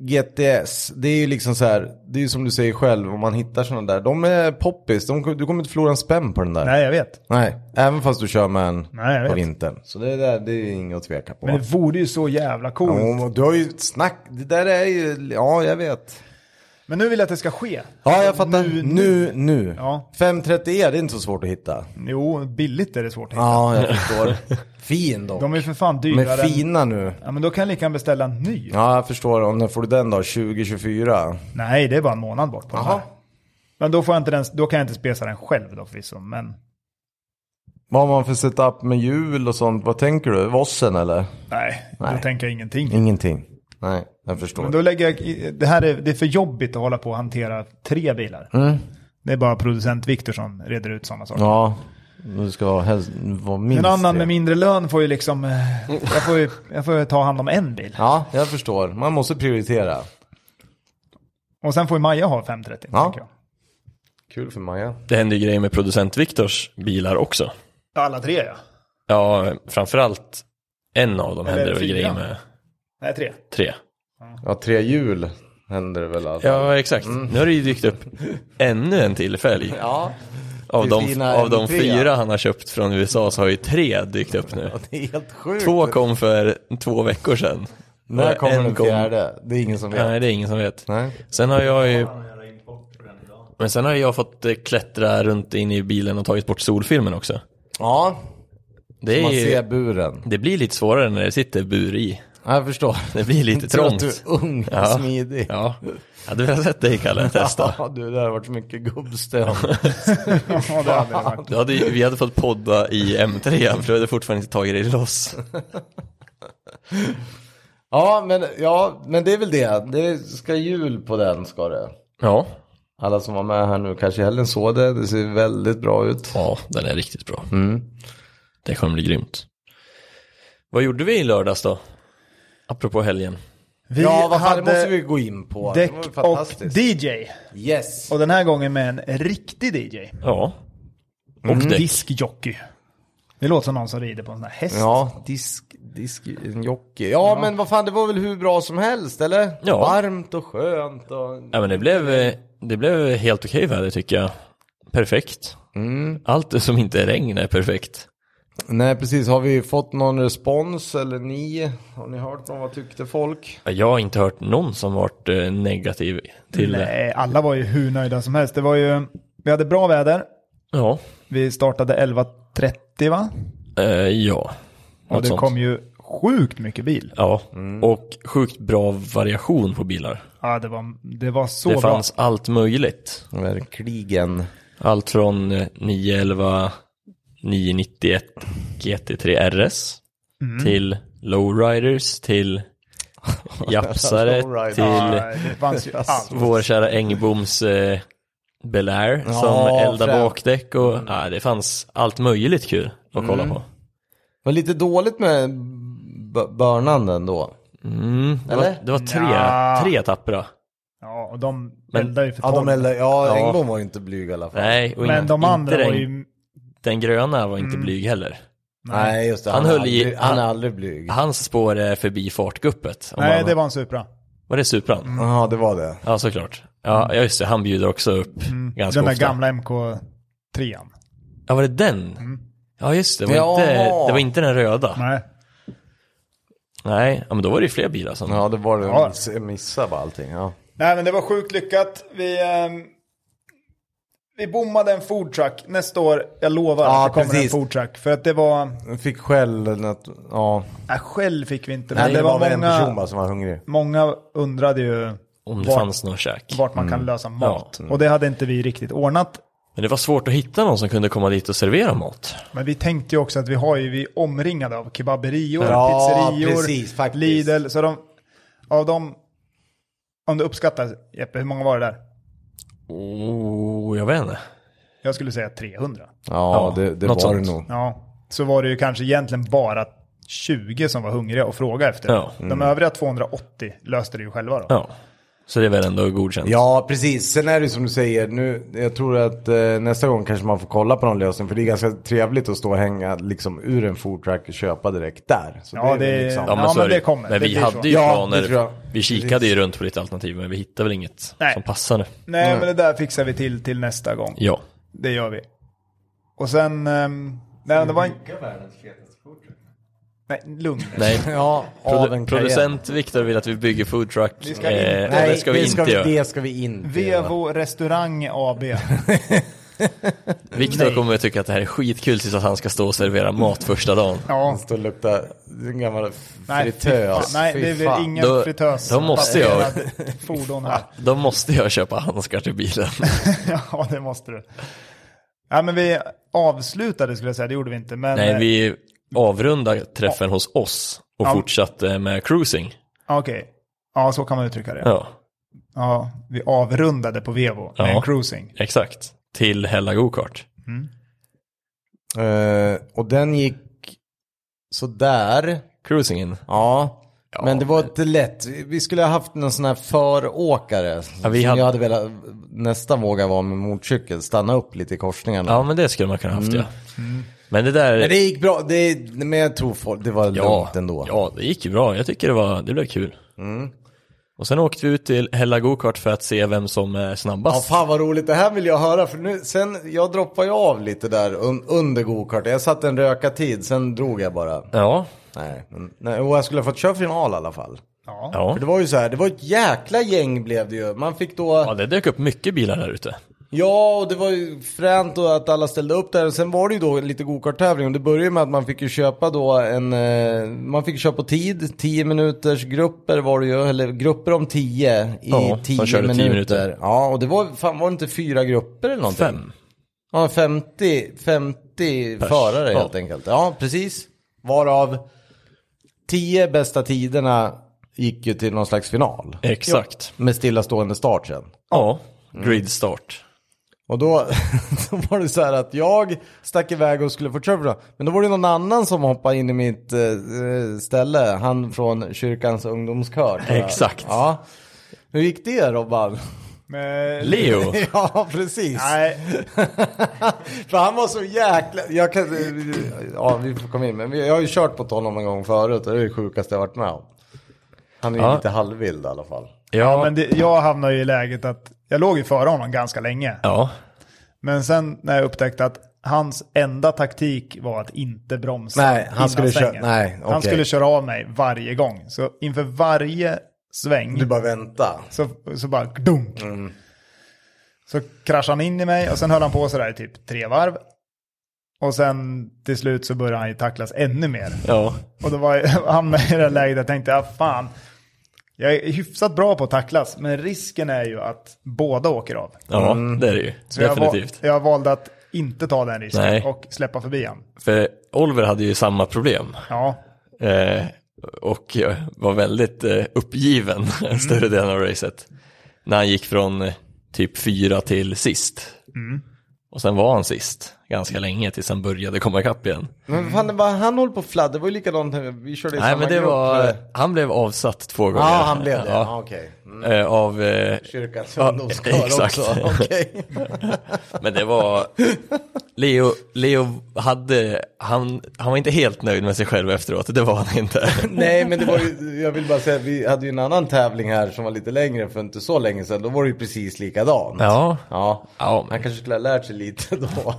Speaker 1: GTS, det är ju liksom så här, det är ju som du säger själv, om man hittar sådana där, de är poppis, de, du kommer inte förlora en spänn på den där.
Speaker 3: Nej, jag vet.
Speaker 1: Nej, även fast du kör med en
Speaker 3: Nej, jag
Speaker 1: på
Speaker 3: vet.
Speaker 1: vintern. Så det där, det är inget att tveka på.
Speaker 3: Men det vore ju så jävla coolt.
Speaker 1: Ja, du har ju snack, det där är ju, ja jag vet.
Speaker 3: Men nu vill jag att det ska ske.
Speaker 1: Ja jag fattar, nu, nu.
Speaker 3: Ja.
Speaker 1: 530 är det inte så svårt att hitta.
Speaker 3: Jo, billigt är det svårt. att hitta.
Speaker 1: Ja, jag förstår. fin dock.
Speaker 3: De är för fan
Speaker 1: De
Speaker 3: dyrare.
Speaker 1: är
Speaker 3: än-
Speaker 1: fina nu.
Speaker 3: Ja, men då kan jag lika gärna beställa en ny.
Speaker 1: Ja, jag förstår. Om när får du den då? 2024?
Speaker 3: Nej, det är bara en månad bort på den
Speaker 1: Jaha.
Speaker 3: här. Men då, får jag inte den, då kan jag inte spesa den själv då förvisso. Men
Speaker 1: Vad har man för setup med hjul och sånt? Vad tänker du? Vossen eller?
Speaker 3: nej,
Speaker 1: Nej.
Speaker 3: då tänker jag ingenting.
Speaker 1: Ingenting. Nej, jag förstår.
Speaker 3: Men då lägger jag, i- det här är, det är för jobbigt att hålla på och hantera tre bilar. Det är bara producent Viktor som reder ut sådana saker.
Speaker 1: Mm. Ja, du ska vara, helst, vara minst
Speaker 3: en annan
Speaker 1: det.
Speaker 3: med mindre lön får ju liksom, eh, jag får ju, jag får ju ta hand om en bil.
Speaker 1: Ja, jag förstår. Man måste prioritera.
Speaker 3: Och sen får ju Maja ha 530.
Speaker 1: Ja.
Speaker 3: tänker jag.
Speaker 1: Kul för Maja.
Speaker 2: Det händer ju grejer med producent Viktors bilar också.
Speaker 3: Alla tre ja.
Speaker 2: Ja, framförallt en av dem
Speaker 3: Eller
Speaker 2: händer det väl
Speaker 3: fyra.
Speaker 2: grejer med
Speaker 3: Nej, tre.
Speaker 2: tre.
Speaker 1: Ja, tre hjul händer det väl i alla fall.
Speaker 2: Ja, exakt. Nu har det ju dykt upp ännu en till fälg.
Speaker 1: Ja,
Speaker 2: Av de,
Speaker 1: Kristina
Speaker 2: av de
Speaker 1: M3.
Speaker 2: fyra han har köpt från USA så har ju tre dykt upp nu.
Speaker 1: det är helt sjukt.
Speaker 2: Två kom för två veckor sedan.
Speaker 1: När
Speaker 2: Och
Speaker 1: kommer
Speaker 2: en
Speaker 1: den
Speaker 2: kom-
Speaker 1: fjärde? Det är ingen som vet.
Speaker 2: Nej, det är ingen som vet.
Speaker 1: Nej.
Speaker 2: Sen har jag ju,
Speaker 4: Han göra import på den idag.
Speaker 2: men sen har jag fått eh, klättra runt in i bilen och tagit bort solfilmen också.
Speaker 1: Ja,
Speaker 2: Det, är
Speaker 1: man ser
Speaker 2: ju,
Speaker 1: buren.
Speaker 2: det blir lite svårare när det sitter bur i.
Speaker 1: Ja, jag förstår.
Speaker 2: Det blir lite
Speaker 1: Tror att du
Speaker 2: trångt.
Speaker 1: är ung och
Speaker 2: Ja.
Speaker 1: smidig.
Speaker 2: Ja, hade velat sett dig Kalle testa.
Speaker 1: Ja, du, det har varit så mycket gubbsten.
Speaker 3: Ja, det hade det varit.
Speaker 2: Du hade, ju- vi hade fått podda i M3 för du hade fortfarande inte tagit dig loss.
Speaker 1: ja, men, ja, men det är väl det. Det ska jul på den ska det.
Speaker 2: Ja.
Speaker 1: Alla som var med här nu kanske i helgen såg det. Det ser väldigt bra ut.
Speaker 2: Ja, den är riktigt bra. Det kommer bli grymt. Vad gjorde vi i lördags då? Apropå helgen.
Speaker 3: Vi
Speaker 1: ja, vad fan, det
Speaker 3: hade
Speaker 1: måste vi gå in på.
Speaker 3: däck
Speaker 1: det var ju
Speaker 3: och
Speaker 1: fantastiskt.
Speaker 3: DJ.
Speaker 1: Yes.
Speaker 3: Och den här gången med en riktig DJ.
Speaker 2: Ja. Mm. Och däck.
Speaker 3: Diskjockey. Det låter som någon som rider på en sån här häst.
Speaker 1: Ja, disk, disk, en jockey. Ja, men vad fan, det var väl hur bra som helst, eller?
Speaker 2: Ja.
Speaker 1: Varmt och skönt och...
Speaker 2: Ja, men det blev, eh, det blev helt okej väder tycker jag. Perfekt. Allt som inte är regn är perfekt.
Speaker 1: Nej, precis. Har vi fått någon respons, eller ni? Har ni hört någon? Vad tyckte folk?
Speaker 2: Ja, Jag har inte hört någon som varit eh, negativ till det.
Speaker 3: Nej, alla var ju hur nöjda som helst. Det var ju, vi hade bra väder.
Speaker 2: Ja.
Speaker 3: Vi startade 11.30 va?
Speaker 2: Eh, ja.
Speaker 3: Och
Speaker 2: Något
Speaker 3: det
Speaker 2: sånt.
Speaker 3: kom Mm. ju sjukt mycket bil.
Speaker 2: Ja, och sjukt bra variation på bilar.
Speaker 3: Ja, det var, det var så
Speaker 2: det fanns allt möjligt.
Speaker 1: Verkligen.
Speaker 2: Allt från eh, 911 991 GT3 RS
Speaker 3: Mm.
Speaker 2: till lowriders till japsare
Speaker 1: Lowrider.
Speaker 3: bra.
Speaker 2: till
Speaker 3: Ja, det fanns ju allt.
Speaker 2: vår kära Engboms eh, Belair
Speaker 1: Ja,
Speaker 2: som eldar
Speaker 1: främ-
Speaker 2: bakdäck och
Speaker 3: Mm.
Speaker 2: ja, det fanns allt möjligt kul att kolla på.
Speaker 1: var lite dåligt med b- börnan ändå.
Speaker 2: Mm, det, var,
Speaker 1: Eller?
Speaker 2: det var tre,
Speaker 3: Nja.
Speaker 2: tre tappra.
Speaker 3: Ja, och de
Speaker 2: Men-
Speaker 3: eldar ju för
Speaker 1: Ja, de
Speaker 3: tolv.
Speaker 1: eldade, ja,
Speaker 2: Ja.
Speaker 1: Engblom var ju inte blyg i alla fall.
Speaker 2: Nej, och
Speaker 3: Men
Speaker 2: inte-
Speaker 3: de andra
Speaker 2: inte
Speaker 3: var
Speaker 2: den,
Speaker 3: ju... Mm.
Speaker 2: den gröna var inte blyg heller.
Speaker 1: Nej, just det.
Speaker 2: Han
Speaker 1: är
Speaker 2: höll i-
Speaker 1: aldrig, han är
Speaker 2: han-
Speaker 1: aldrig blyg.
Speaker 2: Hans spår är förbi fartguppet. om
Speaker 3: Nej,
Speaker 2: man-
Speaker 3: det var Mm. en Supra.
Speaker 2: Var det Supran?
Speaker 1: Ja, det var det.
Speaker 2: Ja, såklart. Ja, ja, just det. Han bjuder också upp ganska
Speaker 3: Mm. Den där
Speaker 2: ofta.
Speaker 3: gamla Mm. MK3.
Speaker 2: Ja, var det den? Ja, just det. Det var, inte,
Speaker 1: Jaha.
Speaker 2: det var inte den röda. Nej,
Speaker 3: Nej.
Speaker 2: ja, men då var det ju fler bilar som...
Speaker 1: Ja, det var det.
Speaker 3: Ja.
Speaker 1: Ja. Missade bara allting. Ja.
Speaker 3: Nej, men det var sjukt lyckat. Vi, ehm, vi bommade en Ford Truck. Nästa år, jag lovar,
Speaker 1: Ja,
Speaker 3: att det kommer
Speaker 1: precis.
Speaker 3: en Ford Truck. För att det var...
Speaker 1: Jag Fick skäll. att- Ja.
Speaker 3: Äh, själv fick vi inte, men
Speaker 1: Nej,
Speaker 3: det var,
Speaker 1: väl en person
Speaker 3: många,
Speaker 1: bara som var hungrig.
Speaker 3: många undrade ju
Speaker 2: Om det
Speaker 3: vart,
Speaker 2: fanns någon käk.
Speaker 3: vart man kan lösa mat. Och det hade inte vi riktigt ordnat.
Speaker 2: Men det var svårt att hitta någon som kunde komma dit och servera mat.
Speaker 3: Men vi tänkte ju också att vi har ju, vi är omringade av kebaberior,
Speaker 1: Ja,
Speaker 3: pizzerior,
Speaker 1: precis, faktiskt.
Speaker 3: Lidl. Så de, av dem, om du uppskattar, Jeppe, hur många var det där?
Speaker 2: Oh, jag vet inte.
Speaker 3: Jag skulle säga 300.
Speaker 1: Ja,
Speaker 2: Ja,
Speaker 1: det, det var
Speaker 2: något sånt.
Speaker 1: det nog.
Speaker 3: Ja, så var det ju kanske egentligen bara 20 som var hungriga och frågade efter.
Speaker 2: Ja.
Speaker 3: De övriga 280 löste det ju själva då.
Speaker 2: Ja. Så det är väl ändå godkänt.
Speaker 1: Ja, precis. Sen är det som du säger, nu, jag tror att eh, nästa gång kanske man får kolla på någon lösning. För det är ganska trevligt att stå och hänga liksom, ur en foodtruck och köpa direkt där. Så
Speaker 3: Ja,
Speaker 1: det är
Speaker 3: det-
Speaker 1: väl liksom...
Speaker 3: Ja,
Speaker 2: så
Speaker 3: men
Speaker 2: är
Speaker 3: det kommer.
Speaker 2: Men
Speaker 3: Det
Speaker 2: vi
Speaker 3: blir
Speaker 2: hade
Speaker 3: så.
Speaker 2: ju
Speaker 1: Ja, det tror jag.
Speaker 2: planer. Vi kikade ju runt på lite alternativ, men vi hittade väl inget
Speaker 3: Nej.
Speaker 2: som passade.
Speaker 3: Nej, men det där fixar vi till till nästa gång.
Speaker 2: Ja.
Speaker 3: Det gör vi. Och sen... ehm, nej, det var en,
Speaker 4: Bygga världens fetaste foodtruck.
Speaker 3: nej, lugn.
Speaker 2: Nej.
Speaker 1: Ja, av en
Speaker 2: Produ-
Speaker 1: Cayenne.
Speaker 2: producent Viktor vill att vi bygger foodtruck. Vi
Speaker 3: ska inte-
Speaker 2: eh,
Speaker 1: Nej,
Speaker 2: det ska vi inte göra.
Speaker 1: Det ska vi inte göra.
Speaker 3: Vevo Restaurang AB.
Speaker 2: Viktor kommer att tycka att det här är skitkul tills att han ska stå och servera mat första dagen.
Speaker 3: Ja.
Speaker 1: Stå och lukta en gammal
Speaker 3: Nej, fy
Speaker 1: fritös.
Speaker 3: fan. nej,
Speaker 1: Fy
Speaker 3: det är väl
Speaker 1: fan.
Speaker 3: ingen
Speaker 2: Då-
Speaker 3: fritös.
Speaker 2: då måste jag-
Speaker 3: baserad Fordon här.
Speaker 2: Då måste jag köpa handskar till bilen.
Speaker 3: ja, det måste du. Ja, men vi avslutade skulle jag säga, det gjorde vi inte. Men
Speaker 2: Nej, vi avrundar träffen hos oss och
Speaker 3: Ja.
Speaker 2: fortsatte med cruising.
Speaker 3: Ja, Okej. Ja, så kan man uttrycka det. Ja.
Speaker 2: Ja,
Speaker 3: vi avrundade på Vevo med
Speaker 2: Ja.
Speaker 3: en cruising.
Speaker 2: exakt. Till Hella Gokart.
Speaker 1: Eh, och den gick sådär.
Speaker 2: Cruisingen.
Speaker 1: Ja. men det var inte lätt. Vi skulle ha haft någon sån här föråkare.
Speaker 2: Ja, vi
Speaker 1: som
Speaker 2: hade-
Speaker 1: Jag hade velat nästan våga vara med motorcykel. Stanna upp lite i korsningarna.
Speaker 2: Ja, men det skulle man kunna haft ja. Men det där...
Speaker 1: Mm. Men det gick bra. Det, men jag tror folk, det var lugnt ändå. Mm.
Speaker 2: Ja, det gick ju bra. Jag tycker det, var, det blev kul. Och sen åkte vi ut till Hella Gokart för att se vem som är
Speaker 1: Ja,
Speaker 2: snabbast.
Speaker 1: fan vad roligt, det här vill jag höra. För nu, sen, jag droppade ju av lite där un, under gokart. Jag satte en röka tid, sen drog jag bara.
Speaker 2: Ja,
Speaker 1: Nej, men, nej, och jag skulle ha fått köra final i alla fall.
Speaker 3: Ja.
Speaker 2: ja.
Speaker 1: För det var ju så här, det var ett jäkla gäng blev det ju. Man fick då,
Speaker 2: ja, det dök upp mycket bilar där ute.
Speaker 1: ja och det var ju fränt och att alla ställde upp där. Och sen var det ju då lite gokart-tävling och det började ju med att man fick ju köpa då en, eh, man fick köpa på tid, 10 minuters grupper var det ju, eller grupper om 10 i
Speaker 2: Ja,
Speaker 1: 10
Speaker 2: man körde
Speaker 1: minuter.
Speaker 2: 10 minuter.
Speaker 1: minuter. Ja, och det var, fan var det inte fyra grupper eller någonting?
Speaker 2: Fem.
Speaker 1: Ja, 50, 50
Speaker 2: Pers.
Speaker 1: förare
Speaker 2: Ja.
Speaker 1: helt enkelt. Ja, precis. Varav 10 bästa tiderna gick ju till någon slags final.
Speaker 2: Exakt.
Speaker 1: Med stillastående start sen.
Speaker 2: Ja, grid start.
Speaker 1: Och då, då var det så här att jag stack iväg och skulle få köra Men då var det någon annan som hoppade in i mitt eh, eh, ställe. Han från kyrkans ungdomskör. tror jag.
Speaker 2: Exakt.
Speaker 1: Ja. Hur gick det Robban?
Speaker 3: Men,
Speaker 2: Leo.
Speaker 1: ja, precis.
Speaker 3: nej,
Speaker 1: För han var så jäkla... Jag kan... Ja, vi får komma in. Men jag har ju kört på honom en gång förut och det är det sjukaste jag varit med om. Han är ju
Speaker 2: Ja.
Speaker 1: lite halvvild i alla fall.
Speaker 2: Ja,
Speaker 3: men det, jag hamnade ju i läget att jag låg ju före honom ganska länge.
Speaker 2: ja.
Speaker 3: Men sen när jag upptäckte att hans enda taktik var att inte bromsa.
Speaker 1: Nej, han
Speaker 3: innan
Speaker 1: skulle köra-
Speaker 3: svängen.
Speaker 1: nej,
Speaker 3: Han
Speaker 1: okej.
Speaker 3: skulle köra av mig varje gång. Så inför varje sväng
Speaker 1: Du bara Mm. vänta.
Speaker 3: så, så bara dunk. Så kraschade han in i mig och sen höll han på sådär i typ tre varv. Och sen till slut så började han ju tacklas ännu mer.
Speaker 2: ja.
Speaker 3: Och då var jag, hamnade jag i det här läget där jag tänkte, ja fan. Jag är hyfsat bra på att tacklas, men risken är ju att båda åker av.
Speaker 2: ja
Speaker 1: Mm.
Speaker 2: det är det ju.
Speaker 3: Så jag, val,
Speaker 2: Definitivt.
Speaker 3: jag valde att inte ta den risken
Speaker 2: Nej.
Speaker 3: och släppa förbi han.
Speaker 2: För Oliver hade ju samma problem.
Speaker 3: Ja,
Speaker 2: Eh, och eh,
Speaker 1: Mm.
Speaker 2: var väldigt eh, uppgiven större delen av racet. När han gick från eh, typ fyra till sist.
Speaker 1: Mm.
Speaker 2: Och sen var han sist ganska länge tills han började komma ikapp igen.
Speaker 1: Men fan, det var, han håller på och fladdrar. Det var ju likadant när vi körde i
Speaker 2: Nej
Speaker 1: samma
Speaker 2: men det
Speaker 1: grupp.
Speaker 2: var, han blev avsatt två gånger.
Speaker 1: Ja, han blev det.
Speaker 2: Ja.
Speaker 1: Ja, okej. Mm.
Speaker 2: Eh, Av, eh,
Speaker 1: Kyrkans
Speaker 2: Ja,
Speaker 1: ungdomskör
Speaker 2: exakt.
Speaker 1: också. Okej.
Speaker 2: men det var, Leo, Leo hade, han, han var inte helt nöjd med sig själv efteråt, det var han inte.
Speaker 1: Nej men det var ju, jag vill bara säga, vi hade ju en annan tävling här som var lite längre för inte så länge sedan. Då var det ju precis likadant.
Speaker 2: Ja,
Speaker 1: Ja.
Speaker 2: ja
Speaker 1: Han kanske skulle ha lärt sig lite då.